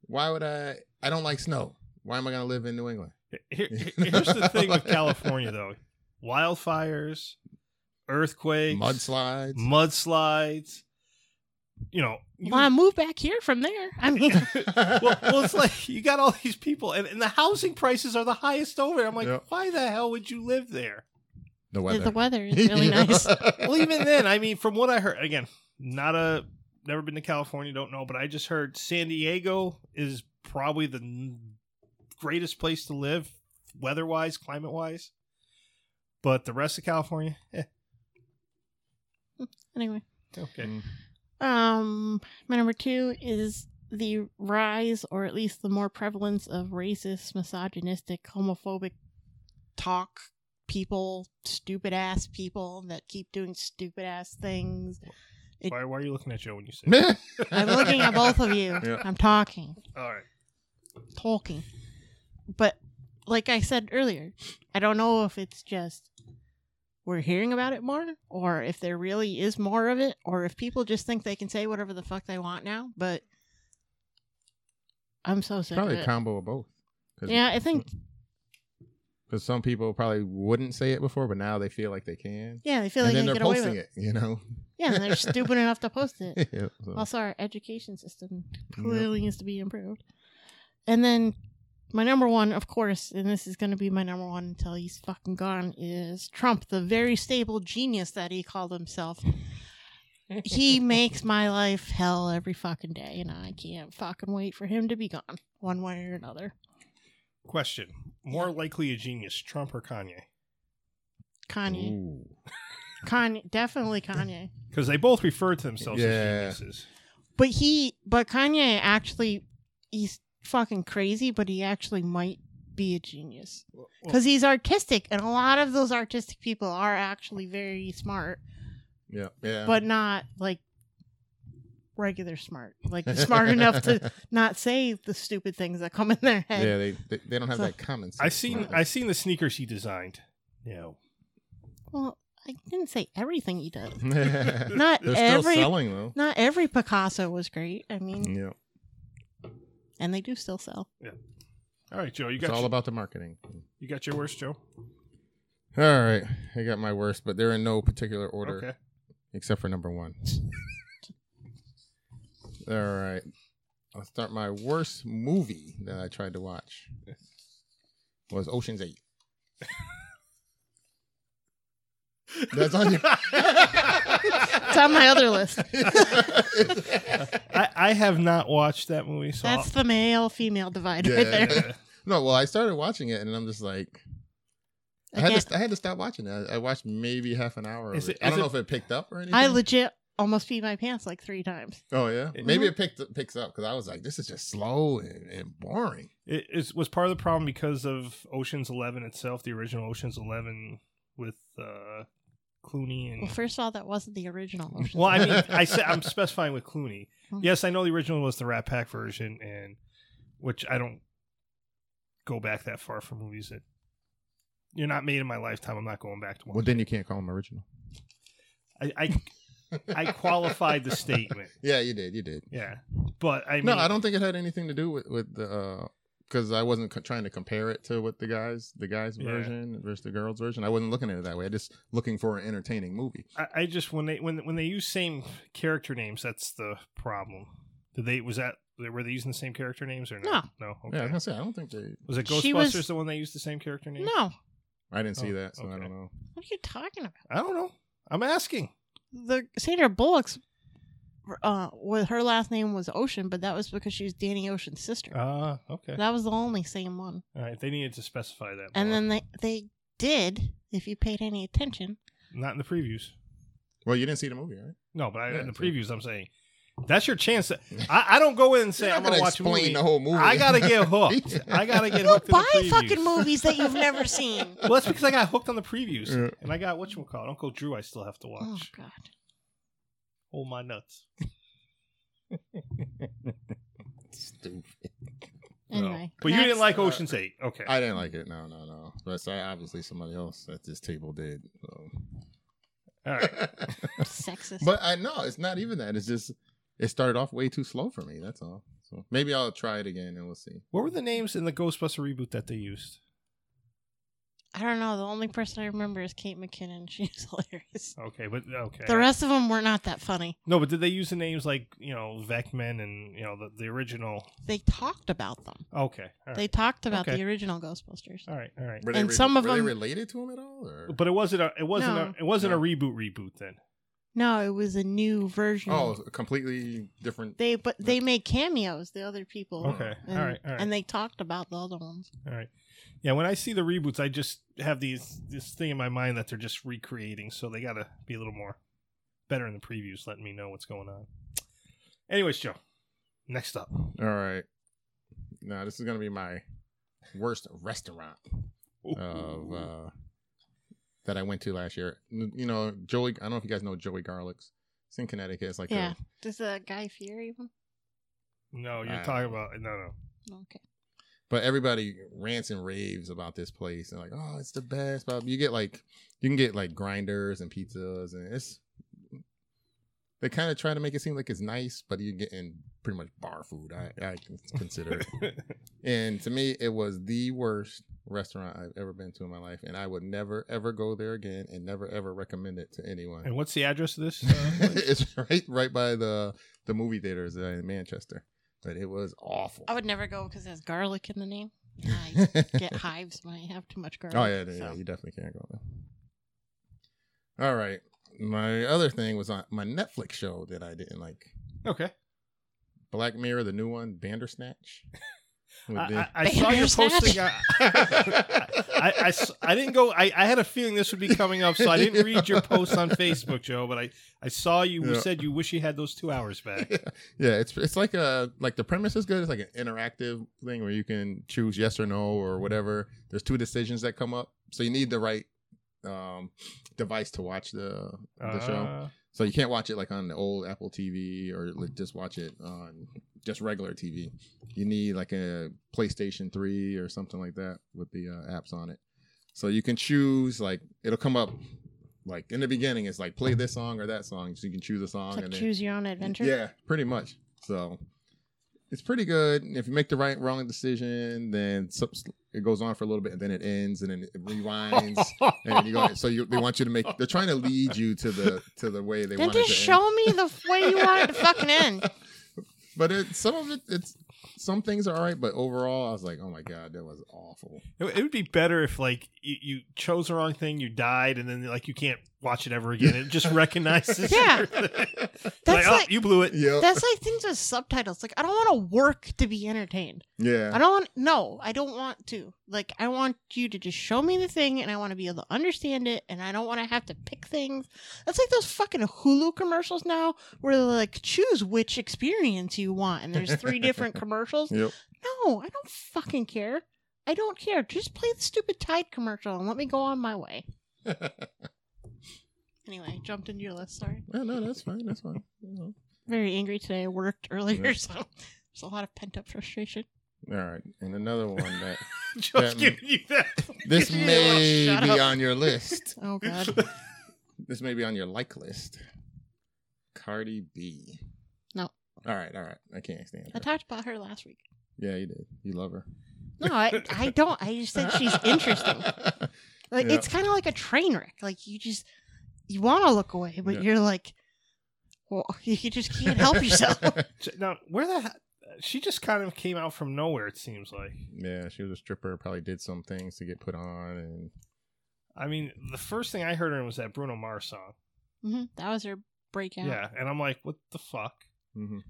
D: why would I I don't like snow. Why am I gonna live in New England?
A: Here- here- here's the thing with California, though: wildfires, earthquakes,
D: Mudslides.
A: mudslides. You know, you-
B: Well, I moved back here from there. I mean,
A: well, well, it's like you got all these people, and, and the housing prices are the highest over. I'm like,
D: Yeah.
A: why the hell would you live there?
D: the
B: the weather is really nice.
A: Well, even then, I mean, from what I heard, again, not a never been to California, don't know, but I just heard San Diego is probably the n- greatest place to live, weather wise, climate wise. But the rest of California, eh,
B: Anyway.
A: okay.
B: Um, my number two is the rise, or at least the more prevalence of racist, misogynistic, homophobic talk people, stupid ass people that keep doing stupid ass things. It-
A: why, why are you looking at Joe when you say? that?
D: I'm
B: I'm looking at both of you.
D: Yeah.
B: I'm talking,
A: All right,
B: talking. But like I said earlier, I don't know if it's just we're hearing about it more, or if there really is more of it, or if people just think they can say whatever the fuck they want now. But I'm so sick
D: Probably
B: of
D: a
B: it.
D: combo of both. 'Cause-
B: yeah, I think
D: Because some people probably wouldn't say it before, but now they feel like they can.
B: yeah, they feel like
D: and then
B: they
D: they're
B: get away
D: posting
B: with it.
D: it, you know?
B: Yeah, and they're stupid enough to post it.
D: Yeah, so-
B: Also, our education system clearly needs to be improved. And then my number one, of course, and this is going to be my number one until he's fucking gone, is Trump, the very stable genius that he called himself. he makes my life hell every fucking day, and I can't fucking wait for him to be gone, one way or another.
A: question: More likely a genius, Trump or Kanye?
B: Kanye,
D: Ooh.
B: Kanye, definitely Kanye.
A: Because they both refer to themselves
D: Yeah.
A: as geniuses.
B: But he, but Kanye actually, he's fucking crazy, but he actually might be a genius because he's artistic, and a lot of those artistic people are actually very smart,
D: Yeah, yeah.
B: but not like regular smart, like smart enough to not say the stupid things that come in their head.
D: Yeah, they, they they don't have
B: So-
D: that common sense.
A: I seen I seen the sneakers he designed. You know,
B: Well, I didn't say everything he does.
D: They're
B: Not
D: still
B: every,
D: selling Mm-hmm. though.
B: not every Picasso was great. I mean,
D: Yeah,
B: and they do still sell.
A: all right, Joe, you
D: it's
A: got
D: all
A: your,
D: about the marketing.
A: you got your worst, Joe.
D: All right, I got my worst, but they're in no particular order
A: Okay,
D: except for number one. all right, I'll start. My worst movie that I tried to watch was Ocean's Eight. That's on you.
B: It's on my other list.
A: I, I have not watched that movie, so
B: That's the male female divide
D: Yeah.
B: right there.
A: Yeah.
D: no, well, I started watching it, and I'm just like, I
B: I,
D: had,
B: can't-
D: to, I had to stop watching it. I watched maybe half an hour. Of
A: Is
D: it,
A: it-
D: I
A: is
D: don't know
A: it-
D: if it picked up or anything.
B: I legit almost pee my pants like three times.
D: Oh yeah,
A: It-
D: maybe it picked picks up because I was like, this is just slow and, and boring.
A: It, it was part of the problem because of Ocean's Eleven itself, the original Ocean's Eleven with uh, Clooney and.
D: Mm.
B: Well, first of all, that wasn't the original. Ocean's
A: Well, I
B: Eleven.
A: mean, I said I'm specifying with Clooney.
B: Hmm.
A: Yes, I know the original was the Rat Pack version, and which I don't go back that far for movies that you're not made in my lifetime. I'm not going back to one.
D: Well, then you can't call them original.
A: I, I I qualified the statement.
D: Yeah, you did. You did.
A: Yeah, but I mean,
D: no, I don't think it had anything to do with with the because I wasn't co- trying to compare it to what the guys the guys
A: Yeah.
D: version versus the girls version. I wasn't looking at it that way. I just looking for an entertaining movie.
A: I, I just when they when when they use same character names, that's the problem. Did they was that were they using the same character names or no? No. Okay.
D: Yeah, I was gonna say I don't think they.
A: Was it
B: She
A: Ghostbusters
B: was-
A: the one they used the same character name?
B: no,
D: I didn't see
A: Oh,
D: that, so I
A: okay.
D: don't know.
B: what are you talking about?
A: I don't know. I'm asking.
B: The Sandra Bullock's, uh, with her last name was Ocean, but that was because she was Danny Ocean's sister.
A: Ah, okay. Oh,
B: That was the only same one.
A: All right, they needed to specify that.
B: And
A: more.
B: then they they did, if you paid any attention.
A: not in the previews.
D: Well, you didn't see the movie, right?
A: No, but I, in
D: Yeah,
A: the
D: so-
A: previews, I'm saying that's your chance. To, I, I don't go in and say
D: You're not
A: I'm gonna, watch a
D: explain
A: movie.
D: the whole movie.
A: I gotta get hooked. I gotta get hooked. in the
B: Buy
A: previews.
B: fucking movies that you've never seen.
A: Well, that's because I got hooked on the previews,
D: Yeah.
A: and I got what you call Uncle Drew. I still have to watch.
B: Oh God.
A: Oh my nuts!
D: Stupid.
B: Anyway,
A: But you didn't
B: next.
A: like Ocean's Eight, okay?
D: I didn't like it. No, no, no. But so obviously somebody else at this table did. So.
A: All right.
B: sexist.
D: But I know it's not even that. It's just it started off way too slow for me. That's all. So maybe I'll try it again and we'll see.
A: What were the names in the Ghostbuster reboot that they used?
B: I don't know. The only person I remember is Kate McKinnon. She's hilarious.
A: Okay, but okay.
B: The rest of them were not that funny.
A: no, but did they use the names like you know Vecman and you know the, the original?
B: They talked about them.
A: Okay, all
B: They
A: right,
B: talked about
A: Okay.
B: the original Ghostbusters.
A: all right, all right.
D: Were they
B: And
D: re-
B: some of
D: were they
B: them-
D: related to him at all? Or?
A: But it wasn't a it wasn't
B: No.
A: a, it wasn't a
D: No.
A: reboot reboot then.
B: No, it was a new version.
D: Oh, it's a completely different.
B: They but they made cameos. The other people.
A: Okay,
B: And,
A: all right, all right.
B: and they talked about the other ones.
A: All right. Yeah, when I see the reboots, I just have these this thing in my mind that they're just recreating, so they gotta be a little more better in the previews, letting me know what's going on. Anyways, Joe. Next up.
D: All right. Now this is gonna be my worst restaurant of uh, that I went to last year. N- You know, Joey. I don't know if you guys know Joey Garlic's. It's in Connecticut. It's like a-
B: yeah. Does uh, Guy Fieri one?
A: no, you're
D: Uh,
A: talking about no no.
B: Okay.
D: but everybody rants and raves about this place and like, oh, it's the best. But you get like, you can get like grinders and pizzas, and it's. They kind of try to make it seem like it's nice, but you're getting pretty much bar food. I, I consider it. And to me, it was the worst restaurant I've ever been to in my life, and I would never ever go there again, and never ever recommend it to anyone.
A: and what's the address of this? Uh,
D: it's right right by the the movie theaters in Manchester, but it was awful.
B: I would never go because it has garlic in the name. I get hives when I have too much garlic.
D: Oh yeah, yeah,
B: so.
D: yeah, you definitely can't go there. All right, my other thing was on my Netflix show that I didn't like,
A: okay.
D: Black Mirror, the new one, Bandersnatch. With
A: I,
D: the-
A: I, I saw you posting I, I, I s- I didn't go I, I had a feeling this would be coming up, so I didn't read your post on Facebook, Joe, but I, I saw you
D: Yeah.
A: said you wish you had those two hours back.
D: yeah, it's it's like a like the premise is good. It's like an interactive thing where you can choose yes or no or whatever. There's two decisions that come up, so you need the right um device to watch the the
A: Uh,
D: show. So you can't watch it like on the old Apple TV or like just watch it on just regular TV. You need like a PlayStation 3 or something like that with the uh, apps on it. So you can choose like it'll come up like in the beginning it's like play this song or that song so you can choose a song
B: It's like
D: and then
B: choose your own adventure.
D: yeah, pretty much. So it's pretty good. If you make the right wrong decision, then subs- it goes on for a little bit, and then it ends, and then it rewinds, and then you go. So you, they want you to make. They're trying to lead you to the to the way they
B: Then
D: want it
B: just
D: to
B: show me the way you want it to fucking end.
D: end. But it, some of it, it's some things are all right, but overall, I was like, oh my god, that was awful.
A: It, it would be better if like you, you chose the wrong thing, you died, and then like you can't watch it ever again. It just recognizes.
B: Yeah.
A: your thing. like,
B: That's
A: oh,
B: like-
A: you blew it.
D: Yep.
B: That's like things with subtitles. Like I don't want to work to be entertained. I
D: yeah.
B: don't want no, I don't want to. Like I want you to just show me the thing and I want to be able to understand it and I don't want to have to pick things. That's like those fucking Hulu commercials now where they're like choose which experience you want and there's three different commercials.
D: Yep.
B: No, I don't fucking care. I don't care. Just play the stupid Tide commercial and let me go on my way. Anyway, jumped into your list. Sorry.
D: no, no, that's fine. That's fine. You know.
B: Very angry today. I worked earlier,
D: Yeah.
B: so there's a lot of pent up frustration.
D: All right, and another one that
A: Just
D: That-
A: giving you that.
D: this
A: Give me a
D: may
A: little shut
D: be
A: up.
D: on your list.
B: Oh god.
D: This may be on your like list. Cardi B.
B: No.
D: All right, all right. I can't stand
B: I
D: her.
B: talked about her last week.
D: Yeah, you did. You love her.
B: No, I, I don't. I just said she's interesting. Like
D: Yeah.
B: it's kind of like a train wreck. Like you just you want to look away, but
D: Yeah.
B: you're like, well, you just can't help yourself.
A: Now, where the he- she just kind of came out from nowhere. It seems like.
D: yeah, she was a stripper. Probably did some things to get put on, and
A: I mean, the first thing I heard her was that Bruno Mars song.
B: hmm That was her breakout.
A: Yeah. and I'm like, what the fuck?
D: Mhm.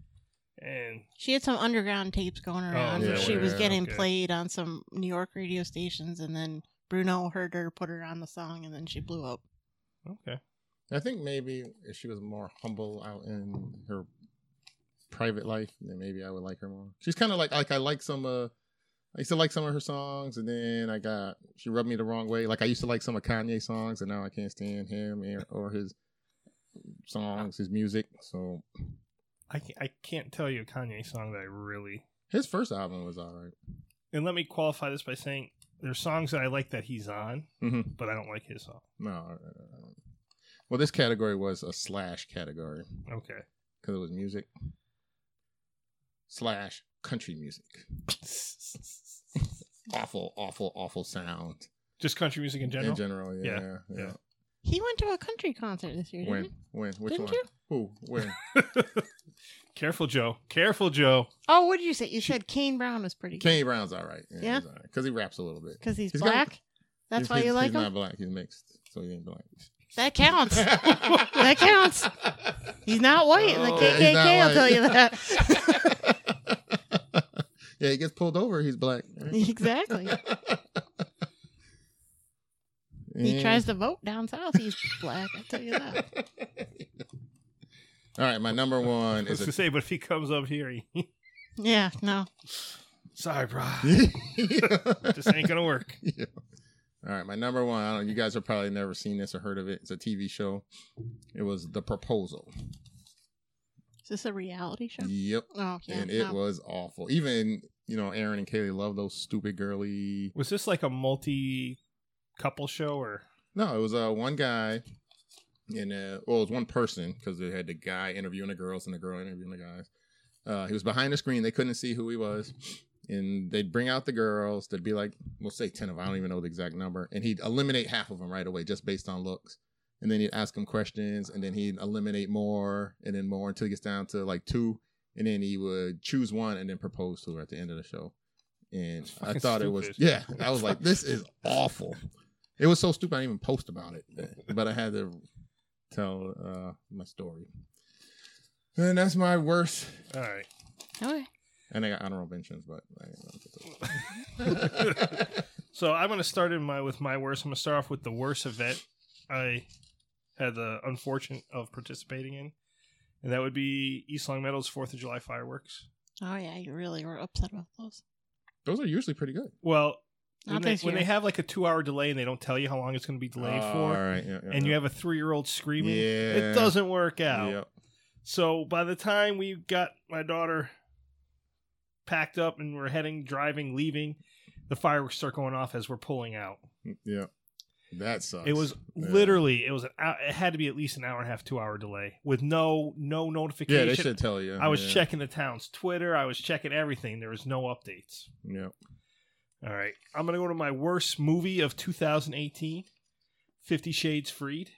A: And
B: She had some underground tapes going around
D: Oh, yeah,
B: where she was
D: yeah,
B: getting
A: okay.
B: played on some New York radio stations, and then Bruno heard her, put her on the song, and then she blew up.
A: okay,
D: I think maybe if she was more humble out in her private life, then maybe I would like her more. She's kind of like like I like some uh. I used to like some of her songs, and then I got she rubbed me the wrong way. Like I used to like some of Kanye songs, and now I can't stand him or- or his songs, his music. So
A: I can't, I can't tell you a Kanye song that I really.
D: his first album was all right.
A: And let me qualify this by saying there's songs that I like that he's on,
D: Mm-hmm.
A: but I don't like his song.
D: No, all right, all right, all right. well, this category was a slash category
A: Okay,
D: because it was music slash country music. awful, awful, awful sound.
A: just country music in general.
D: In general, yeah.
A: Yeah,
D: yeah, yeah.
B: He went to a country concert this year. Didn't
D: When?
B: he?
D: When? Which
B: Mm-hmm. Didn't
D: one?
B: you?
D: Who? When?
A: Careful, Joe. Careful, Joe.
B: Oh, what did you say? You said Kane Brown was pretty good
D: Kenny Brown's all right.
B: Yeah?
D: Because he raps a little bit.
B: because he's,
D: He's got-
B: black. That's
D: He's-
B: why you
D: he's-
B: like
D: he's
B: him.
D: not black. He's mixed. So he ain't black.
B: That counts.
D: that
B: counts. He's not white.
A: Oh.
B: the
A: Yeah,
B: KKK
D: he's not
B: will
D: white.
B: tell you that.
D: yeah, he gets pulled over. He's black.
B: exactly. He tries to vote down south. He's black. I'll tell you that.
D: All right, my number one
A: I was
D: is
A: to
D: a
A: say, but if he comes up here, he,
B: Yeah, no.
A: sorry, bro, this ain't gonna work.
D: Yeah. All right, my number one. I don't, you guys have probably never seen this or heard of it. It's a TV show. It was The Proposal.
B: Is this a reality show?
D: Yep,
B: Oh, yeah.
D: and it
B: no.
D: was awful. Even you know, Aaron and Kaylee love those stupid girly.
A: Was this like a multi couple show or?
D: No, it was uh one guy, and uh, well, it was one person because they had the guy interviewing the girls and the girl interviewing the guys. Uh, he was behind the screen; they couldn't see who he was. And they'd bring out the girls. They'd be like, "We'll say ten of. 'em, I don't even know the exact number." And he'd eliminate half of them right away, just based on looks. And then he'd ask them questions, and then he'd eliminate more, and then more until he gets down to like two, and then he would choose one and then propose to her at the end of the show. And
A: That's
D: I
A: fucking
D: thought it was
A: stupid.
D: yeah. I was like, "This is awful." It was so stupid. I didn't even post about it, but I had to tell uh, my story. And that's my worst.
A: All right.
B: Okay.
D: And I got honorable mentions, but I didn't know what to do.
A: So I'm going to start in my with my worst. I'm going to start off with the worst event I had the unfortunate of participating in, and that would be East Long Meadows Fourth of July fireworks.
B: Oh, yeah. You really were upset about those.
D: Those are usually pretty good.
A: Well,
B: Not
A: when they,
B: this
A: when they
B: year.
A: have like a two hour delay and they don't tell you how long it's going to be delayed
D: Oh,
A: for,
D: All right, yeah, yeah,
A: and you
D: yeah.
A: have a three year old screaming,
D: Yeah.
A: it doesn't work out.
D: Yep.
A: So by the time we got my daughter packed up and we're heading, driving, leaving, the fireworks start going off as we're pulling out.
D: Yep. That sucks.
A: It was
D: Yeah.
A: literally it was an hour, it had to be at least an hour and a half, two hour delay with no no notification.
D: Yeah, they should tell you.
A: I was
D: yeah.
A: checking the town's Twitter. I was checking everything. There was no updates.
D: Yep.
A: All right, I'm gonna go to my worst movie of 2018, Fifty Shades Freed.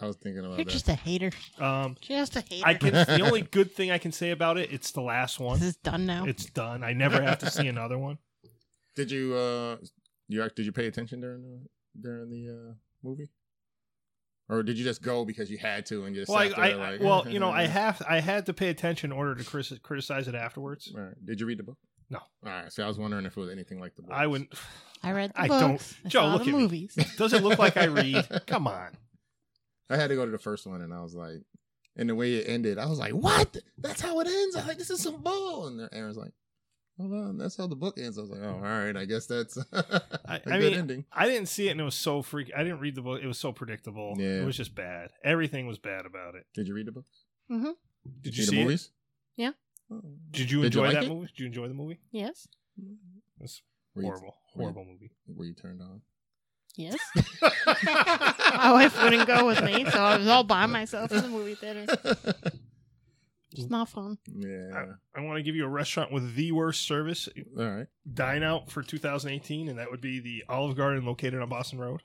D: I was thinking about
B: You're
D: that.
B: just a hater.
A: Um,
B: Just a hater.
A: I can the only good thing I can say about it, it's the last
B: This
A: one.
B: is done now.
A: It's done. I never have to see another one.
D: Did you uh, you act- did you pay attention during the during the uh movie? Or did you just go because you had to and you just
A: Well, I,
D: sat there
A: I-
D: like,
A: well, you know, I have I had to pay attention in order to criti- criticize it afterwards.
D: All right. Did you read the book?
A: No.
D: All right. See, I was wondering if it was anything like the book.
A: I wouldn't.
B: I read the
A: I don't-
B: books. I
A: Joe,
B: saw
A: look
B: the
A: at me.
B: movies.
A: Does it look like I read? Come on.
D: I had to go to the first one, and I was like, and the way it ended, I was like, what? That's how it ends. I'm like, this is some bull. And Aaron's like, hold on, that's how the book ends. I was like, oh, all right, I guess that's a
A: I,
D: good
A: I mean,
D: ending.
A: I didn't see it, and it was so freak. I didn't read the book. It was so predictable.
D: Yeah.
A: It was just bad. Everything was bad about it.
D: Did you read the book?
B: Mhm.
A: Did you
D: See
A: see
D: the
A: it?
D: movies?
B: Yeah.
D: Oh.
A: Did you
D: Did you
A: enjoy
D: like
A: that
D: it?
A: movie? Did you enjoy the movie?
B: Yes.
A: It's
D: Were you-
A: horrible,
D: were you-
A: horrible movie.
D: Were you turned on?
B: Yes. My wife wouldn't go with me, so I was all by myself in the movie theater. It's not fun.
D: yeah.
A: I want to give you a restaurant with the worst service
D: All right.
A: dine out for 2018, and that would be the Olive Garden located on Boston Road.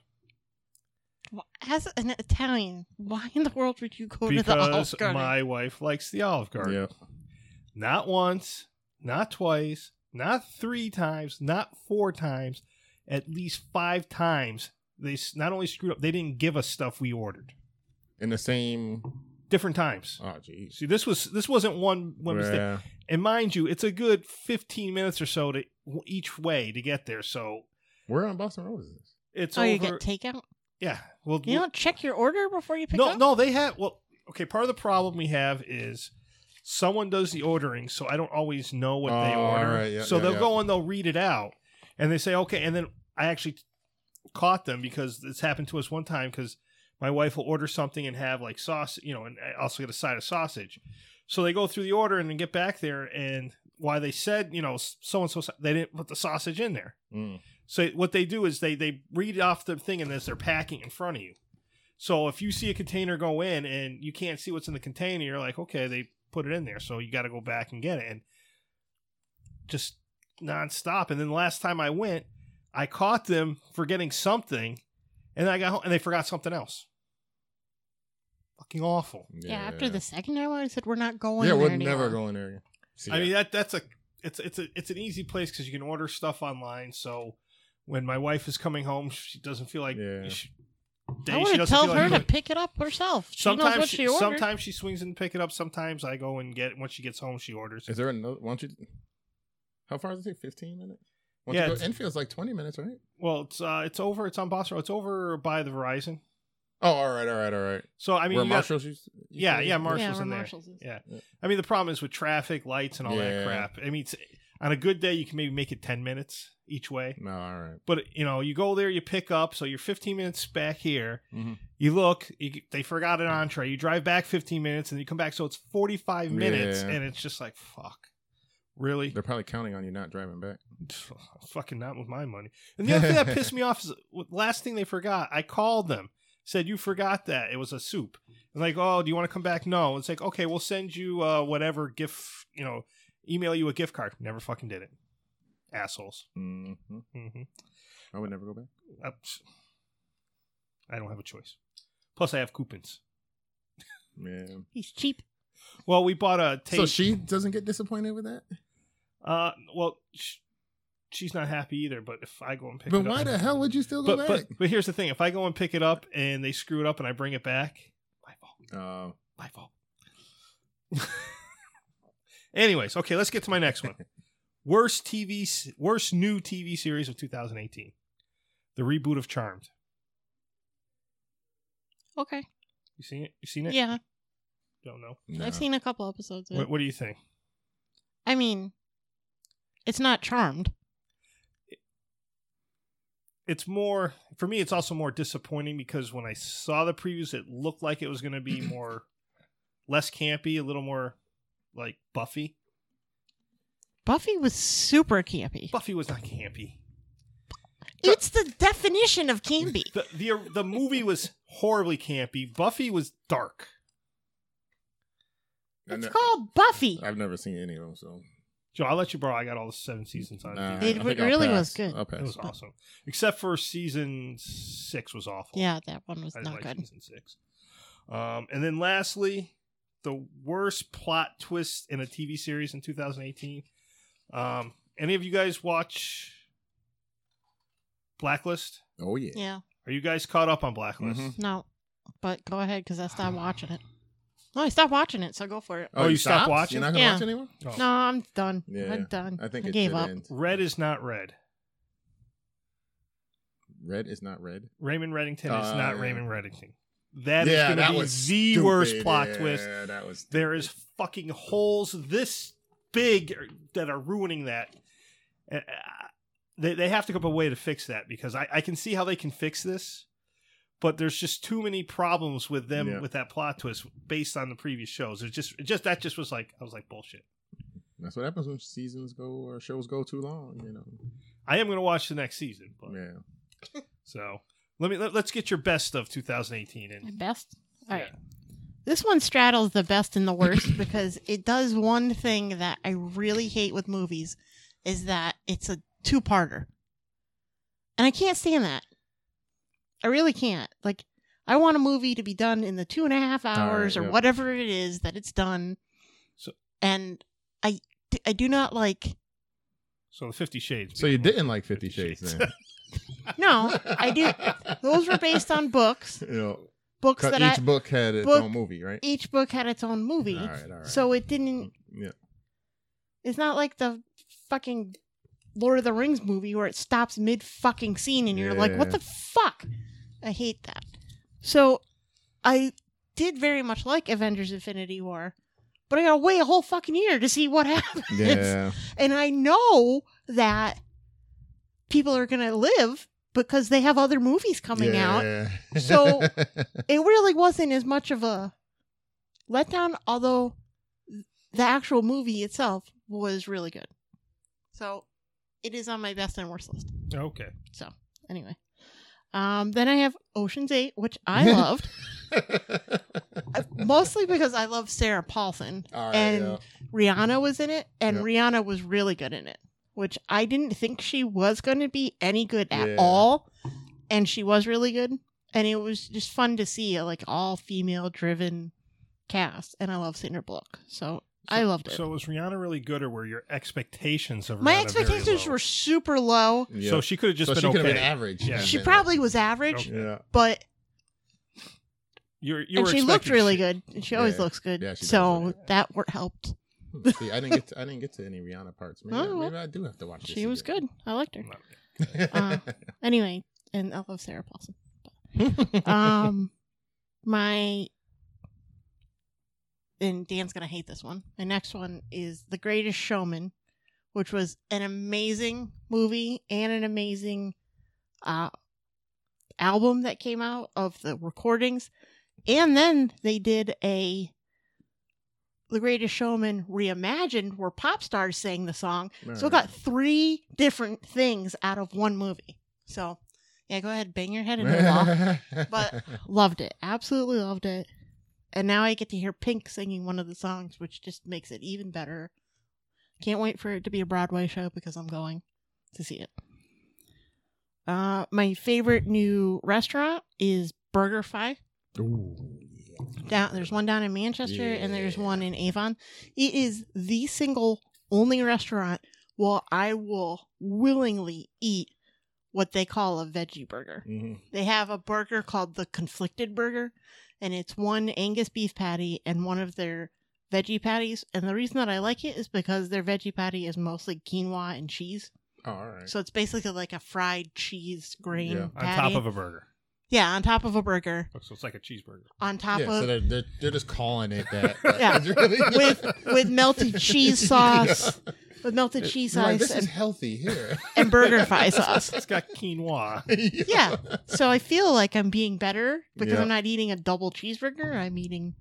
B: As an Italian, why in the world would you go to the
A: because
B: Olive Garden?
A: my wife likes the Olive Garden.
D: Yeah.
A: Not once, not twice, not three times, not four times, at least five times. They s- not only screwed up, they didn't give us stuff we ordered.
D: In the same.
A: Different times.
D: Oh, jeez.
A: See, this was this wasn't one one mistake.
D: Yeah.
A: And mind you, it's a good 15 minutes or so to each way to get there. So
D: Where on Boston Road is this?
A: it's
B: oh,
A: over.
B: you get takeout?
A: yeah. Well,
B: You don't check your order before you pick
A: no,
B: up?
A: no, they have. Well, okay. Part of the problem we have is someone does the ordering, so I don't always know what they
D: Oh, all
A: order.
D: right, yeah,
A: so
D: yeah,
A: they'll
D: yeah.
A: go and they'll read it out, and they say okay, and then I actually caught them because this happened to us one time because my wife will order something and have like sauce, you know, and I also get a side of sausage. So they go through the order and then get back there, and why they said you know so and so they didn't put the sausage in there.
D: Mm.
A: So what they do is they they read off the thing and as they're packing in front of you. So if you see a container go in and you can't see what's in the container, you're like, okay, they put it in there, so you got to go back and get it, and just nonstop. And then the last time I went, I caught them forgetting something, and I got home and they forgot something else. Fucking awful.
B: Yeah, after the second hour, I said, we're not going
D: Yeah,
B: there
D: we're
B: anymore.
D: never going there again. See,
A: I mean that that's a it's it's a it's an easy place because you can order stuff online. So when my wife is coming home, she doesn't feel like
D: Yeah.
A: she,
B: I
A: day, she
B: would have
A: doesn't
B: told
A: feel
B: her
A: like
B: to pick it up herself. She knows
A: sometimes
B: what
A: she,
B: she, ordered.
A: sometimes she swings in and pick it up. Sometimes I go and get it. Once she gets home, she orders.
D: Is there another? Why don't you? How far does it take? Fifteen minutes. Once
A: Yeah,
D: you go,
A: it's-
D: Enfield's like twenty minutes, right?
A: Well, it's uh it's over. It's on Boston. Road. It's over by the Verizon.
D: Oh, all right, all right, all right.
A: So I mean,
D: Where
A: you got-
D: Marshalls used. used to
A: yeah,
D: be?
A: yeah, Marshall's
B: yeah, where
A: in there.
B: Marshall's is.
A: Yeah.
D: Yeah.
A: I mean the problem is with traffic, lights, and all
D: Yeah.
A: that crap. I mean, it's, on a good day you can maybe make it ten minutes each way.
D: No, all right.
A: But you know, you go there, you pick up, so you're 15 minutes back here.
D: Mhm.
A: You look, you, they forgot an entree. You drive back 15 minutes, and you come back, so it's 45 minutes,
D: Yeah.
A: and it's just like fuck, really?
D: They're probably counting on you not driving back.
A: Pff, fucking not with my money. And the other thing that pissed me off is w- last thing they forgot. I called them, said you forgot that it was a soup, and like, oh, do you want to come back? No. It's like, okay, we'll send you uh, whatever gift, you know, email you a gift card. Never fucking did it, assholes.
D: hmm
A: hmm
D: I would never go back.
A: I I don't have a choice. Plus, I have coupons.
D: Yeah.
B: He's cheap.
A: Well, we bought a tape.
D: So she doesn't get disappointed with that.
A: uh, well, sh- she's not happy either. But if I go and pick
D: But
A: it
D: why
A: up,
D: the hell would you still go
A: but, but
D: back?
A: but here's the thing: if I go and pick it up and they screw it up and I bring it back, my fault.
D: Uh,
A: My fault. Anyways, okay, let's get to my next one. worst TV, s- worst new TV series of 2018, the reboot of Charmed.
B: Okay.
A: You seen it? You seen it?
B: Yeah,
A: Don't know.
D: no.
B: I've seen a couple episodes. Of it.
A: What, what do you think?
B: I mean, it's not charmed.
A: it's more for me it's also more disappointing because when i saw the previews it looked like it was going to be more less campy a little more like buffy
B: Buffy was super campy.
A: buffy was not campy
B: It's the definition of campy.
A: the the, the movie was horribly campy buffy was dark
D: I
B: It's
D: ne-
B: called Buffy.
D: I've never seen any of them, so
A: joe i'll let you borrow i got all the seven seasons on
D: Nah,
A: DVD.
B: It
D: I think I'll
B: really
D: pass.
B: was good.
D: I'll
A: it
D: pass.
A: was awesome except for season six was awful
B: Yeah, that one was
A: I didn't
B: not
A: like
B: good.
A: season six. Um, and then lastly, the worst plot twist in a TV series in 2018. Um, any of you guys watch Blacklist?
D: Oh yeah.
B: Yeah,
D: Oh,
A: Are you guys caught up on Blacklist?
D: Mhm.
B: no. But go ahead because I stopped watching it. No, I stopped watching it, so go for it.
A: Oh, you stopped watching?
D: You're not gonna
B: Yeah.
D: watch anymore.
A: Oh.
B: No, I'm done.
D: Yeah,
B: I'm done.
D: I think it
B: gave
D: should
B: up.
D: end.
A: Red is not red.
D: Red is not red.
A: Raymond Reddington is
D: Uh,
A: not
D: yeah.
A: Raymond Reddington. That is
D: yeah,
A: going
D: that
A: to be the
D: was stupid.
A: worst plot
D: yeah,
A: twist.
D: That was.
A: There is fucking holes this big that are ruining that. Uh, They, they have to come up with a way to fix that because I, I can see how they can fix this, but there's just too many problems with them
D: Yeah.
A: with that plot twist based on the previous shows. It's just it just that just was like I was like bullshit.
D: That's what happens when seasons go or shows go too long. You know.
A: I am gonna watch the next season, but
D: Yeah.
A: so let me let, us get your best of 2018
B: My
A: in.
B: best. All
A: Yeah.
B: right. This one straddles the best and the worst because it does one thing that I really hate with movies is that it's a two-parter. And I can't stand that. I really can't. Like I want a movie to be done in the two and a half hours or
D: yeah.
B: whatever it is that it's done.
A: So-
B: and I I do not like
A: So the Fifty Shades.
D: So you didn't like Fifty Shades then?
B: No, I do those were based on books.
D: You know,
B: Books
D: 'cause
B: that
D: each
B: I
D: book had its
B: book-
D: own movie, right?
B: each book had its own movie.
D: All right, all right.
B: So it didn't
D: yeah,
B: It's not like the fucking Lord of the Rings movie where it stops mid fucking scene and you're like, what
D: Yeah.
B: the fuck? I hate that. So I did very much like Avengers Infinity War, but I gotta wait a whole fucking year to see what happens.
D: yeah,
B: And I know that people are gonna live because they have other movies coming out
D: Yeah.
B: So- it really wasn't as much of a letdown, although the actual movie itself was really good. So it is on my best and worst list.
A: Okay.
B: Anyway. Um, then I have Ocean's Eight, which I loved, uh, mostly because I love Sarah Paulson.
D: all right,
B: and
D: yeah.
B: Rihanna was in it, and
D: Yep.
B: Rihanna was really good in it, which I didn't think she was going to be any good at
D: Yeah.
B: all, and she was really good, and it was just fun to see a like all female driven cast, and I love Sandra Bullock, so, I loved it.
A: So was Rihanna really good, or were your expectations of
B: My
A: Rihanna
B: expectations
A: very low?
B: were super low.
D: Yeah.
A: So she could have just
D: So
A: been
D: she
A: okay.
D: could have been average.
A: Yeah.
D: and
B: She
D: then-
B: probably was average,
A: Okay.
D: Yeah.
B: but
A: you were, you
B: and
A: were
B: she looked
A: expecting
B: really
A: shit.
B: good. And she always
D: Yeah.
B: looks good,
D: Yeah, she does
B: so
D: look
B: that wor- helped.
D: See, I didn't get to, I didn't get to any Rihanna parts. Maybe,
B: Oh,
D: I,
B: well.
D: maybe I do have to watch. this
B: She was
D: again.
B: good. I liked her. Uh,
D: yeah,
B: Anyway, and I love Sarah Paulson. um my and dan's gonna hate this one my next one is the greatest showman which was an amazing movie and an amazing uh album that came out of the recordings and then they did a the greatest showman reimagined where pop stars sang the song so it got three different things out of one movie so yeah go ahead bang your head into the wall but- Loved it. Absolutely loved it. And now I get to hear Pink singing one of the songs, which just makes it even better. Can't wait for it to be a Broadway show because I'm going to see it. Uh, my favorite new restaurant is BurgerFi. Down there's one down in Manchester and there's
D: Yeah.
B: one in Avon. It is the single only restaurant where I will willingly eat what they call a veggie burger.
D: Mhm.
B: They have a burger called the Conflicted Burger, and it's one Angus beef patty and one of their veggie patties. And the reason that I like it is because their veggie patty is mostly quinoa and cheese.
D: Oh, all right.
B: So it's basically like a fried cheese grain
D: Yeah.
A: on
B: patty.
A: top of a burger.
B: yeah, on top of a burger,
A: So it's like a cheeseburger.
B: on top
D: yeah,
B: of
D: so they're, they're, they're just calling it that.
B: Yeah.
D: It's really-
B: With- with melted cheese sauce,
D: Yeah.
B: with melted cheese
D: They're
B: sauce
D: like, this is
B: and,
D: healthy here.
B: and burger fry sauce.
A: It's got quinoa.
B: Yeah. So I feel like I'm being better because
D: Yeah.
B: I'm not eating a double cheeseburger. I'm eating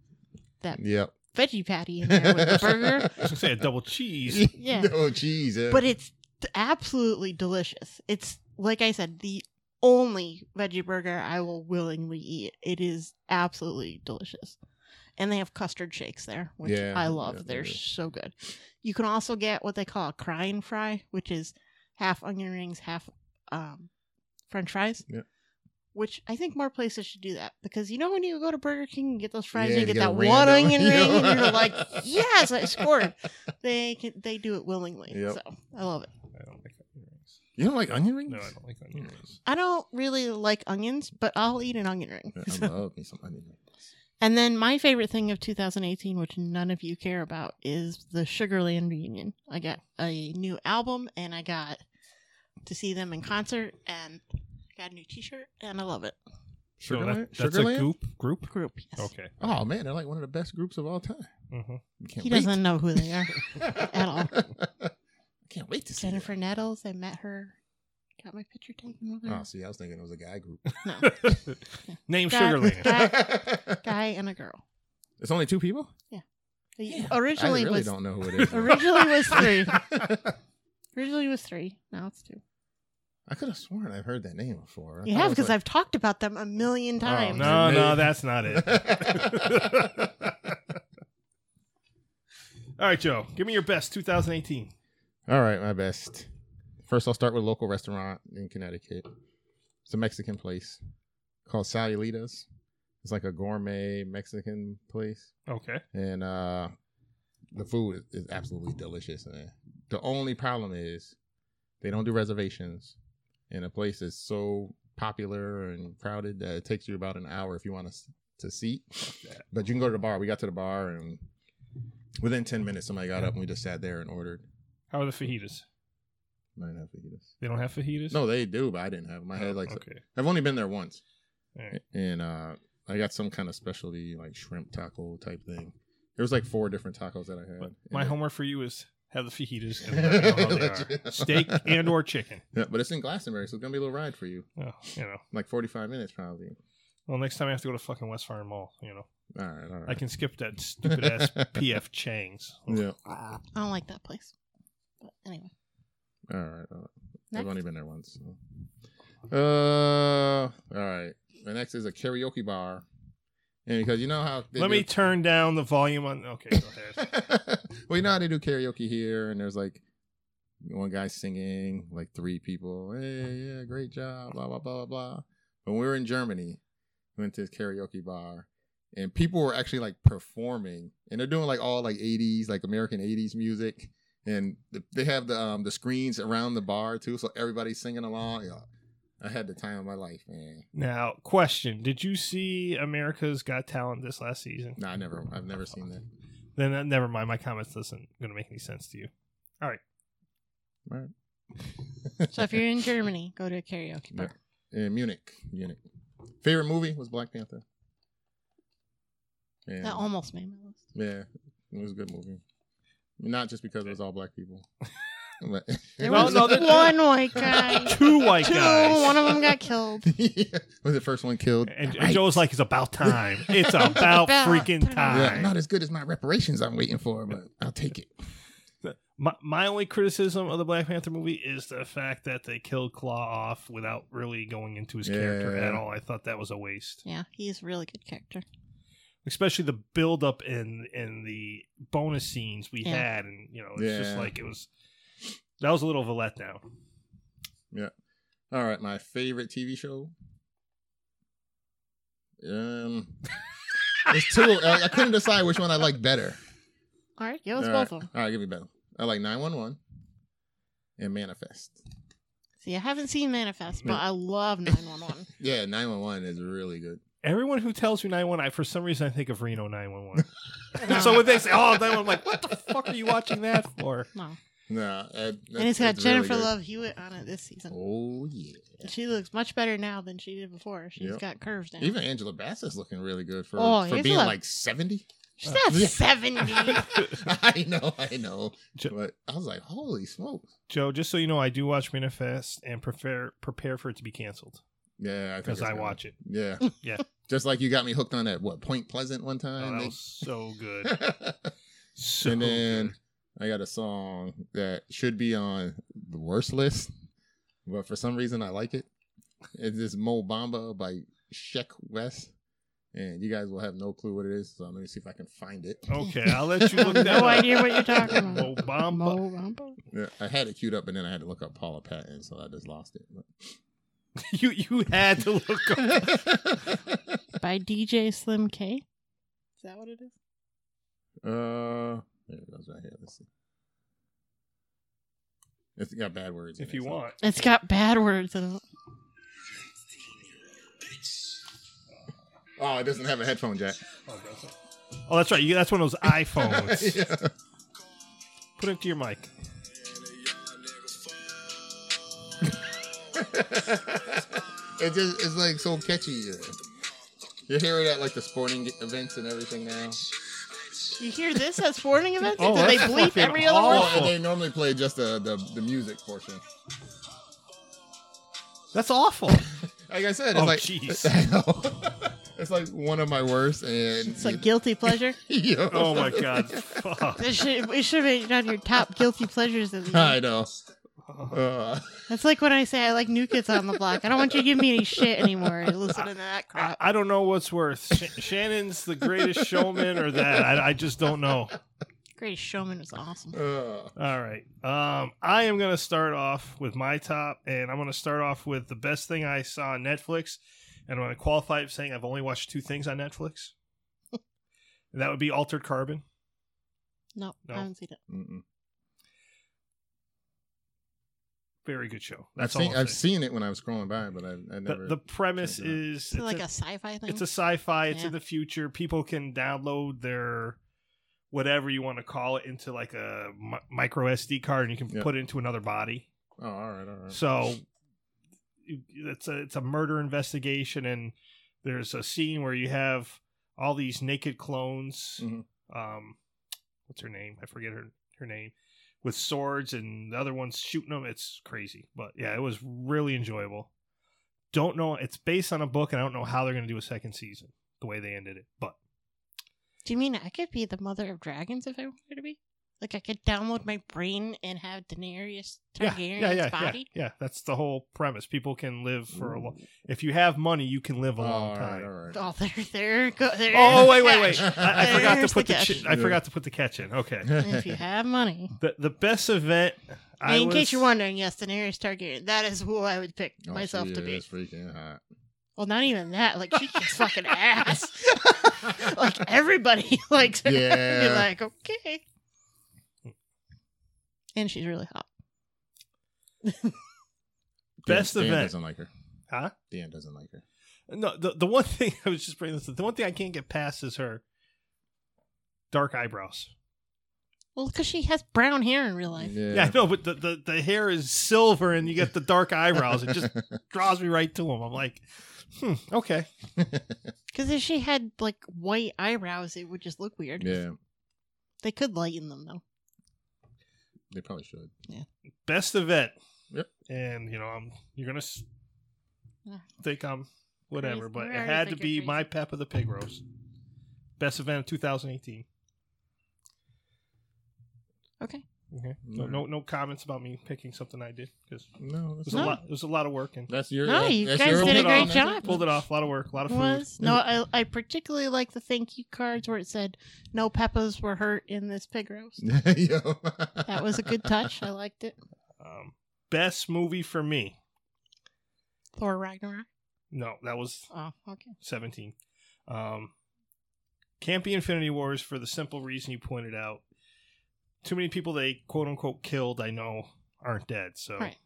B: that
D: Yep.
B: veggie patty in there with the burger.
A: I was gonna say a double cheese.
B: Yeah.
D: Oh, jeez. Yeah.
B: but it's d- absolutely delicious. It's like I said, the only veggie burger I will willingly eat. It is absolutely delicious. And they have custard shakes there, which
D: Yeah,
B: I love.
D: yeah,
B: They're
D: yeah.
B: so good. You can also get what they call a crying fry, which is half onion rings, half um, french fries.
D: Yeah.
B: Which I think more places should do that because you know when you go to Burger King and get those fries
D: Yeah,
B: and
D: you
B: get
D: get a
B: that one
D: random-
B: onion
D: Yeah.
B: ring and you're like, yes, I scored they can, they do it willingly.
D: Yep.
B: So I love it.
A: I don't like onion rings.
D: You don't like onion rings?
A: No, I don't like onion rings.
B: I don't really like onions, but I'll eat an onion ring.
D: I love me some onion rings.
B: And then my favorite thing of 2018, which none of you care about, is the Sugarland reunion. I got a new album and I got to see them in concert and got a new T-shirt and I love it.
A: So
D: Sugarland?
A: that- that's
D: Sugarland?
A: a goop group.
B: Group, yes.
A: Okay.
D: Oh man, they're like one of the best groups of all time.
A: Mm-hmm.
D: You can't
B: He
D: wait.
B: doesn't know who they are. at all.
D: I can't wait to see
B: Jennifer Nettles, I met her. Got my picture taken with
D: That.
B: her.
D: Oh, see, I was thinking it was a guy group.
B: No,
A: Mm-hmm. Name
B: That-
A: Sugarland.
B: guy and a girl.
D: it's only two people.
B: They-
D: Yeah,
B: originally
D: I really
B: was
D: don't know who it is.
B: originally was three. Originally was three. Now it's two.
D: I could have sworn I've heard that name before.
B: You have because I've talked about them a
D: Oh,
B: million times.
A: Oh, no, no, that's not it.
D: I've.
A: All right, Joe. Give me your best 2018.
D: All right, my best. First, I'll start with a local restaurant in Connecticut. It's a Mexican place called Salulitas. It's like a gourmet Mexican place,
A: Okay.
D: and uh, the food is, is absolutely delicious. Man. The only problem is they don't do reservations, and the place is so popular and crowded that it takes you about an hour if you want to s- to seat. But you can go to the bar. We got to the bar, and within ten minutes, somebody got up and we just sat there and ordered.
A: How are the fajitas?
D: I didn't have fajitas.
A: They don't have fajitas.
D: No, they do, but I didn't have them. I had like
A: Oh, okay.
D: I've only been there once,
A: Alright.
D: and uh, I got some kind of specialty like shrimp taco type thing. There was like four different tacos that I had.
A: But
D: And
A: my
D: it-
A: homework for you is have the fajitas and let me know how they are. steak and or chicken.
D: Yeah, but it's in Glastonbury, so it's gonna be a little ride for you,
A: Oh, you know.
D: like forty five minutes probably.
A: Well, next time I have to go to fucking West Farm Mall. You know,
D: All right, all right.
A: I can skip that stupid ass PF Chang's.
D: Yeah.
B: I don't like that place. But anyway,
D: All right. All right. I've
B: Next.
D: only been there once. so. Uh. All right. The next is a karaoke bar, and because you know how they
A: Let
D: do-
A: me turn down the volume on. Okay, go ahead.
D: well, you know how they do karaoke here, and there's like one guy singing, like three people. Hey, yeah, great job, blah blah blah blah blah. When we were in Germany, we went to this karaoke bar, and people were actually like performing, and they're doing like all like '80s, like American '80s music, and th- they have the um the screens around the bar too, so everybody's singing along. Yeah. I had the time of my life, man.
A: now, question: Did you see America's Got Talent this last season?
D: No, I never, I've never seen that.
A: Then uh, never mind. My comments doesn't gonna make any sense to you.
B: so if you're in Germany, go to a karaoke bar.
D: in Munich. Munich. Favorite movie was Black Panther. Yeah,
B: That almost made my list.
D: yeah, it was a good movie. Not just because it was all black people. But-
B: There
A: No,
B: was
A: no, that-
B: one white guy.
A: Two white
B: Two.
A: guys.
B: One of them got killed.
D: Yeah. Was the first one killed?
A: And, and
D: Right.
A: Joe's like, it's about time. It's about,
B: About
A: freaking
B: time.
D: Yeah,
A: time.
D: not as good as my reparations I'm waiting for, but I'll take it.
A: my, my only criticism of the Black Panther movie is the fact that they killed Claw off without really going into his character
D: Yeah.
A: at all. I thought that was a waste.
B: Yeah, he's a really good character.
A: Especially the build up in in the bonus scenes we
B: Yeah.
A: had and you know, it's just
D: Yeah.
A: like it was that was a little of a letdown.
D: All right, my favorite TV show. Um, it's two. I, I couldn't decide which one I like better.
B: All right, give us both
D: All right.
B: of them.
D: All right, give me better. I like 911 and Manifest.
B: See, I haven't seen Manifest, but
D: Yeah.
B: I love 911.
D: Yeah, 911 is really good.
A: Everyone who tells you 911, I for some reason I think of Reno 911.
B: No.
A: so when they say, "Oh, 911," I'm like, "What the fuck are you watching that for?"
B: No.
D: No, it,
B: And it's got
D: it's really
B: Jennifer
D: good.
B: Love Hewitt on it this season.
D: Oh yeah.
B: She looks much better now than she did before. She's
D: Yep.
B: got curves now.
D: Even Angela Bassett's looking really good for,
B: Oh,
D: for being
B: Angela.
D: like 70.
B: She's not
D: uh, Yeah.
B: 70. Mm-hmm.
D: I know, I know.
A: Jo-
D: But I was like, holy smokes.
A: Joe, just so you know, I do watch Manifest and prepare prepare for it to be canceled
D: Yeah, I think
A: because
D: it's
A: I
D: gonna-
A: watch it.
D: Yeah.
A: Yeah.
D: Just like you got me hooked on that what Point Pleasant one
A: Oh,
D: time.
A: that
D: They-
A: was so good. So
D: and then
A: good.
D: I got a song that should be on the worst list, but for some reason I like it. It's this Mo Bamba by Sheck West, and you guys will have no clue what it is. So let me see if I can find it.
A: Okay, I'll let you look that
B: no
A: up.
B: idea what you're talking about.
A: Obama.
B: Mo Bamba?
D: Yeah, I had it queued up, and then I had to look up Paula Patton, so I just lost it. but-
A: You you had to look up.
B: By DJ Slim K. Is that what it is?
D: uh, there it goes right here. Let's see. It's got bad words. in
A: if
D: it,
A: you
D: so-
A: want.
B: It's got bad words in it.
D: Oh, it doesn't have a headphone jack.
A: Oh, that's it. Oh, that's right. You, that's one of those iPhones.
D: yeah.
A: Put it to your mic.
D: it just it's like so catchy. You're hearing it at like the sporting events and everything now.
B: You hear this at sporting events?
A: Oh,
B: Do they
A: that's
B: bleep
A: fucking
B: every other
A: awful.
B: word?
D: Oh, and they normally play just the, the the music portion.
A: That's awful.
D: Like I said, it's
A: Oh,
D: like
A: jeez.
D: I know. it's like one of my worst, and
B: It's like guilty pleasure.
D: Yo.
A: oh my god. Fuck.
B: It should, it should be on your top guilty pleasures of the year.
D: I know. Uh,
B: That's like when I say I like New Kids on the Block. I don't want you to give me any shit anymore. Listen to that
A: I,
B: crap.
A: I don't know what's worse, Sh- Shannon's the greatest showman or that. I, I just don't know.
B: Greatest Showman is awesome.
D: uh,
A: All right. Um, I am going to start off with my top, and I'm going to start off with the best thing I saw on Netflix. And I'm going to qualify it saying I've only watched two things on Netflix. and that would be Altered Carbon.
B: No,
A: No.
B: I haven't seen it.
D: mm-mm.
A: Very good show.
D: I've
A: That's all.
D: seen
A: I'll
D: I've
A: say.
D: seen it when I was scrolling by, but I, I
A: The,
D: never.
A: the premise
D: checked it out.
A: is
B: Is it
A: it's
B: like
A: a-
B: a sci-fi thing?
A: It's a sci-fi. It's
B: Yeah.
A: in the future. People can download their whatever you want to call it into like a mi- micro SD card, and you can
D: Yeah.
A: put it into another body.
D: oh, all right, all right.
A: So it's a it's a murder investigation, and there's a scene where you have all these naked clones.
D: Mhm.
A: Um, what's her name? I forget her her name. With swords and the other one's shooting them. It's crazy, but yeah, it was really enjoyable. Don't know. It's based on a book, and I don't know how they're going to do a second season. The way they ended it, but
B: Do you mean I could be the mother of dragons if I wanted to be? Like I could download my brain and have Daenerys
A: yeah,
B: Targaryen's
A: yeah, yeah, yeah,
B: body?
A: yeah. That's the whole premise. People can live for a long. If you have money, you can live a
D: Oh,
A: long
D: all
A: time.
D: right, all right.
B: Oh, there, there, go, there.
A: Oh wait, wait, wait!
D: Catch.
A: I, I forgot to
B: There's
A: put the,
B: the catch.
A: chi- I forgot to put the catch in. Okay,
B: if you have money.
A: the the best event. I
B: in case
A: was-
B: you're wondering, yes, Daenerys Targaryen. That is who I would pick
D: Oh,
B: myself
D: she
B: to be.
D: is freaking hot.
B: Well, not even that. Like she kicks fucking ass. like everybody likes her. You're
D: Yeah.
B: like, okay. And she's really hot.
A: Best
D: Dan, Dan
A: event.
D: doesn't like her.
A: Huh?
D: Dan doesn't like her.
A: No, the, the one thing I was just bringing this. up, The one thing I can't get past is her dark eyebrows.
B: Well, because she has brown hair in real life.
A: Yeah, I know, but the, the the hair is silver, and you get the dark eyebrows. It just draws me right to him. I'm like, hmm, okay.
B: Because if she had like white eyebrows, it would just look weird.
D: yeah,
B: They could lighten them though.
D: they probably should.
A: Best event.
D: Yep.
A: And you know, I'm you're gonna s-
B: Yeah.
A: think I'm whatever,
B: Crazy.
A: but
B: We
A: it
B: already
A: had to
B: think
A: be
B: you're
A: my Pep of the Pig Roast. Best event of 2018.
B: Okay.
A: Okay. No, no, no comments about me picking something I did because
D: No,
A: it was
D: that's,
A: a
B: No.
A: lot. It was a lot of work and
D: that's your.
B: No,
D: that-
B: you
D: that's
B: guys
D: your
B: did a
D: opinion
B: great
D: on that?
B: job.
A: pulled it off. A lot of work. A lot of food.
B: Was no, I I particularly like the thank you cards where it said no peppas were hurt in this pig roast.
D: Yo.
B: That was a good touch. I liked it.
A: Um, best movie for me.
B: Thor Ragnarok.
A: No, that was
B: Oh, okay.
A: 17. Um, can't be Infinity Wars for the simple reason you pointed out. Too many people they quote unquote killed, I know, aren't dead. So
B: Right.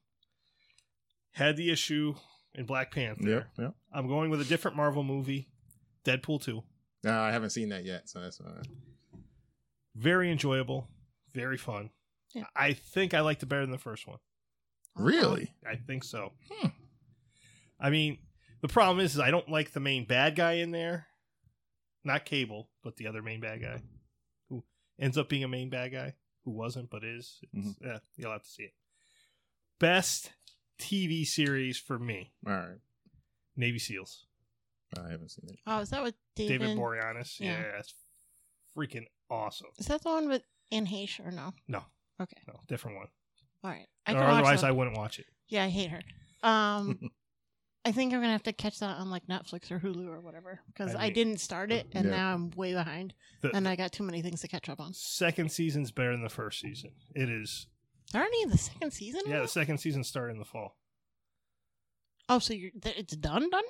A: had the issue in Black Panther.
D: Yep, yep.
A: I'm going with a different Marvel movie, Deadpool 2.
D: No, I haven't seen that yet, so that's all right.
A: Very enjoyable, very fun.
B: Yeah.
A: I think I liked it better than the first one.
D: really.
A: I think so.
D: Hmm.
A: I mean, the problem is, is I don't like the main bad guy in there. Not Cable, but the other main bad guy who ends up being a main bad guy who wasn't but is. It's, eh, you'll have to see it. Best TV series for me,
D: All right,
A: Navy SEALs.
D: I haven't seen it.
B: Oh, is that with David?
A: David, Boreanaz. Yeah.
B: yeah.
A: that's freaking awesome.
B: Is that the one with Anne Heche or no?
A: No.
B: Okay.
A: No, different one.
B: All right.
A: or
B: watch
A: otherwise,
B: that.
A: I wouldn't watch it.
B: Yeah, I hate her. Um, I think I'm gonna have to catch that on like Netflix or Hulu or whatever because
A: I
B: I,
A: mean-
B: didn't start it and
D: Yeah.
B: now I'm way behind
A: The-
B: and I got too many things to catch up on.
A: Second season's better than the first season. It is.
B: There aren't any in the second season.
A: Yeah, the
B: now?
A: second season started in the fall.
B: Oh, so you're th- it's done, done,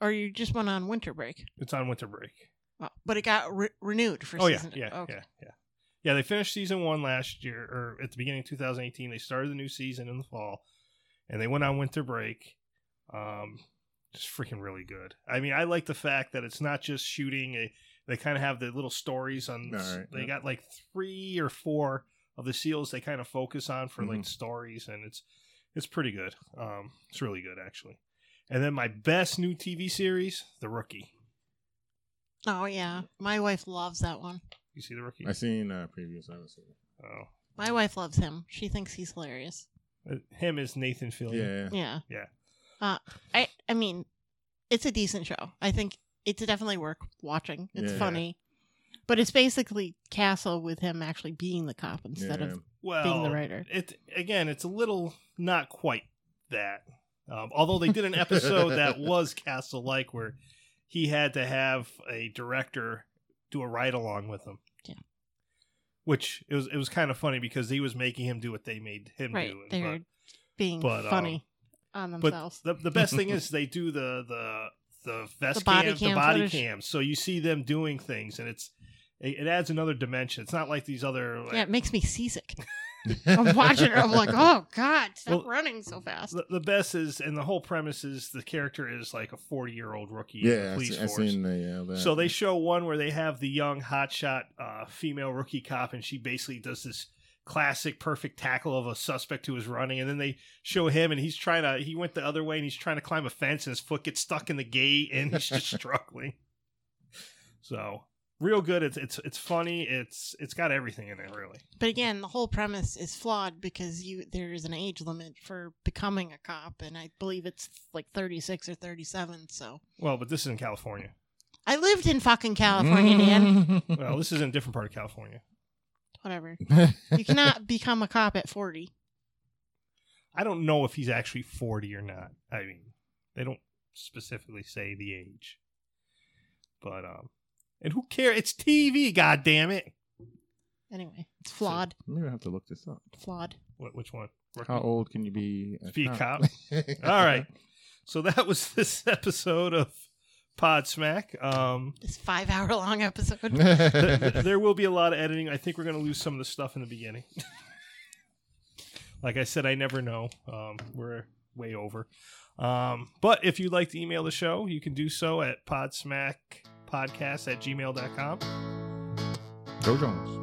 B: or you just went on winter break?
A: It's on winter break.
B: Oh, but it got re- renewed for
A: oh yeah,
B: season.
A: yeah,
B: okay.
A: yeah, yeah. yeah, they finished season one last year or at the beginning of 2018. They started the new season in the fall, and they went on winter break. Um, just freaking really good. I mean, I like the fact that it's not just shooting. A, they kind of have the little stories on.
D: All right,
A: they
D: yeah.
A: got like three or four of the seals they kind of focus on for
D: Mm-hmm.
A: like stories, and it's it's pretty good. Um, it's really good actually. And then my best new TV series, The Rookie.
B: Oh yeah, my wife loves that one.
A: You see The Rookie?
D: I seen uh, previews. I haven't seen it.
A: Oh,
B: My wife loves him. She thinks he's hilarious.
A: Uh, him is Nathan Fillion.
D: Yeah,
B: Yeah.
A: Yeah.
B: Uh, I I mean, it's a decent show. I think it's definitely worth watching. It's
D: Yeah.
B: funny, but it's basically Castle with him actually being the cop instead of
A: Well,
B: being the writer.
A: It again, it's a little not quite that. Um, although they did an episode that was Castle like where he had to have a director do a ride along with him.
B: Yeah.
A: Which it was it was kind of funny because he was making him do what they made him
B: Right.
A: do.
B: They're being
A: but, um,
B: funny on
A: but
B: themselves.
A: the the best thing is they do the the the vest
B: The body
A: cam, the
B: cam
A: body
B: footage.
A: cam. So you see them doing things and it's it, it adds another dimension. It's not like these other like,
B: yeah, it makes me seasick. I'm watching her. I'm like, oh god, stop
A: Well,
B: running so fast.
A: The, the best is, and the whole premise is the character is like a 40 year old rookie in
D: yeah.
A: the
D: I,
A: police
D: se- I
A: force.
D: seen the, uh, that.
A: so they show one where they have the young hotshot uh, female rookie cop, and she basically does this classic perfect tackle of a suspect who is running. And then they show him, and he's trying to, he went the other way and he's trying to climb a fence, and his foot gets stuck in the gate, and he's just struggling. So. Real good. It's it's it's funny. It's it's got everything in it, really.
B: But again, the whole premise is flawed because you there is an age limit for becoming a cop, and I believe it's like 36 or 37. So
A: Well, but this is in California.
B: I lived in fucking California, Dan.
A: Well, this is in a different part of California.
B: Whatever.
D: Dan.
B: You cannot become a cop at 40.
A: I don't know if he's actually 40 or not. I mean, they don't specifically say the age. But um and who cares? It's TV, god damn it.
B: Anyway, it's flawed.
D: Maybe I have to look this up.
B: Flawed.
A: What which one?
D: How old can you be? A
A: Be a
D: cop?
A: All right. So that was this episode of Pod Smack. Um
B: This five hour long episode.
A: th- th- there will be a lot of editing. I think we're going to lose some of the stuff in the beginning. like I said, I never know. Um, we're way over. Um, but if you'd like to email the show, you can do so at podsmackpodcast at gmail.com.
D: Go Jones.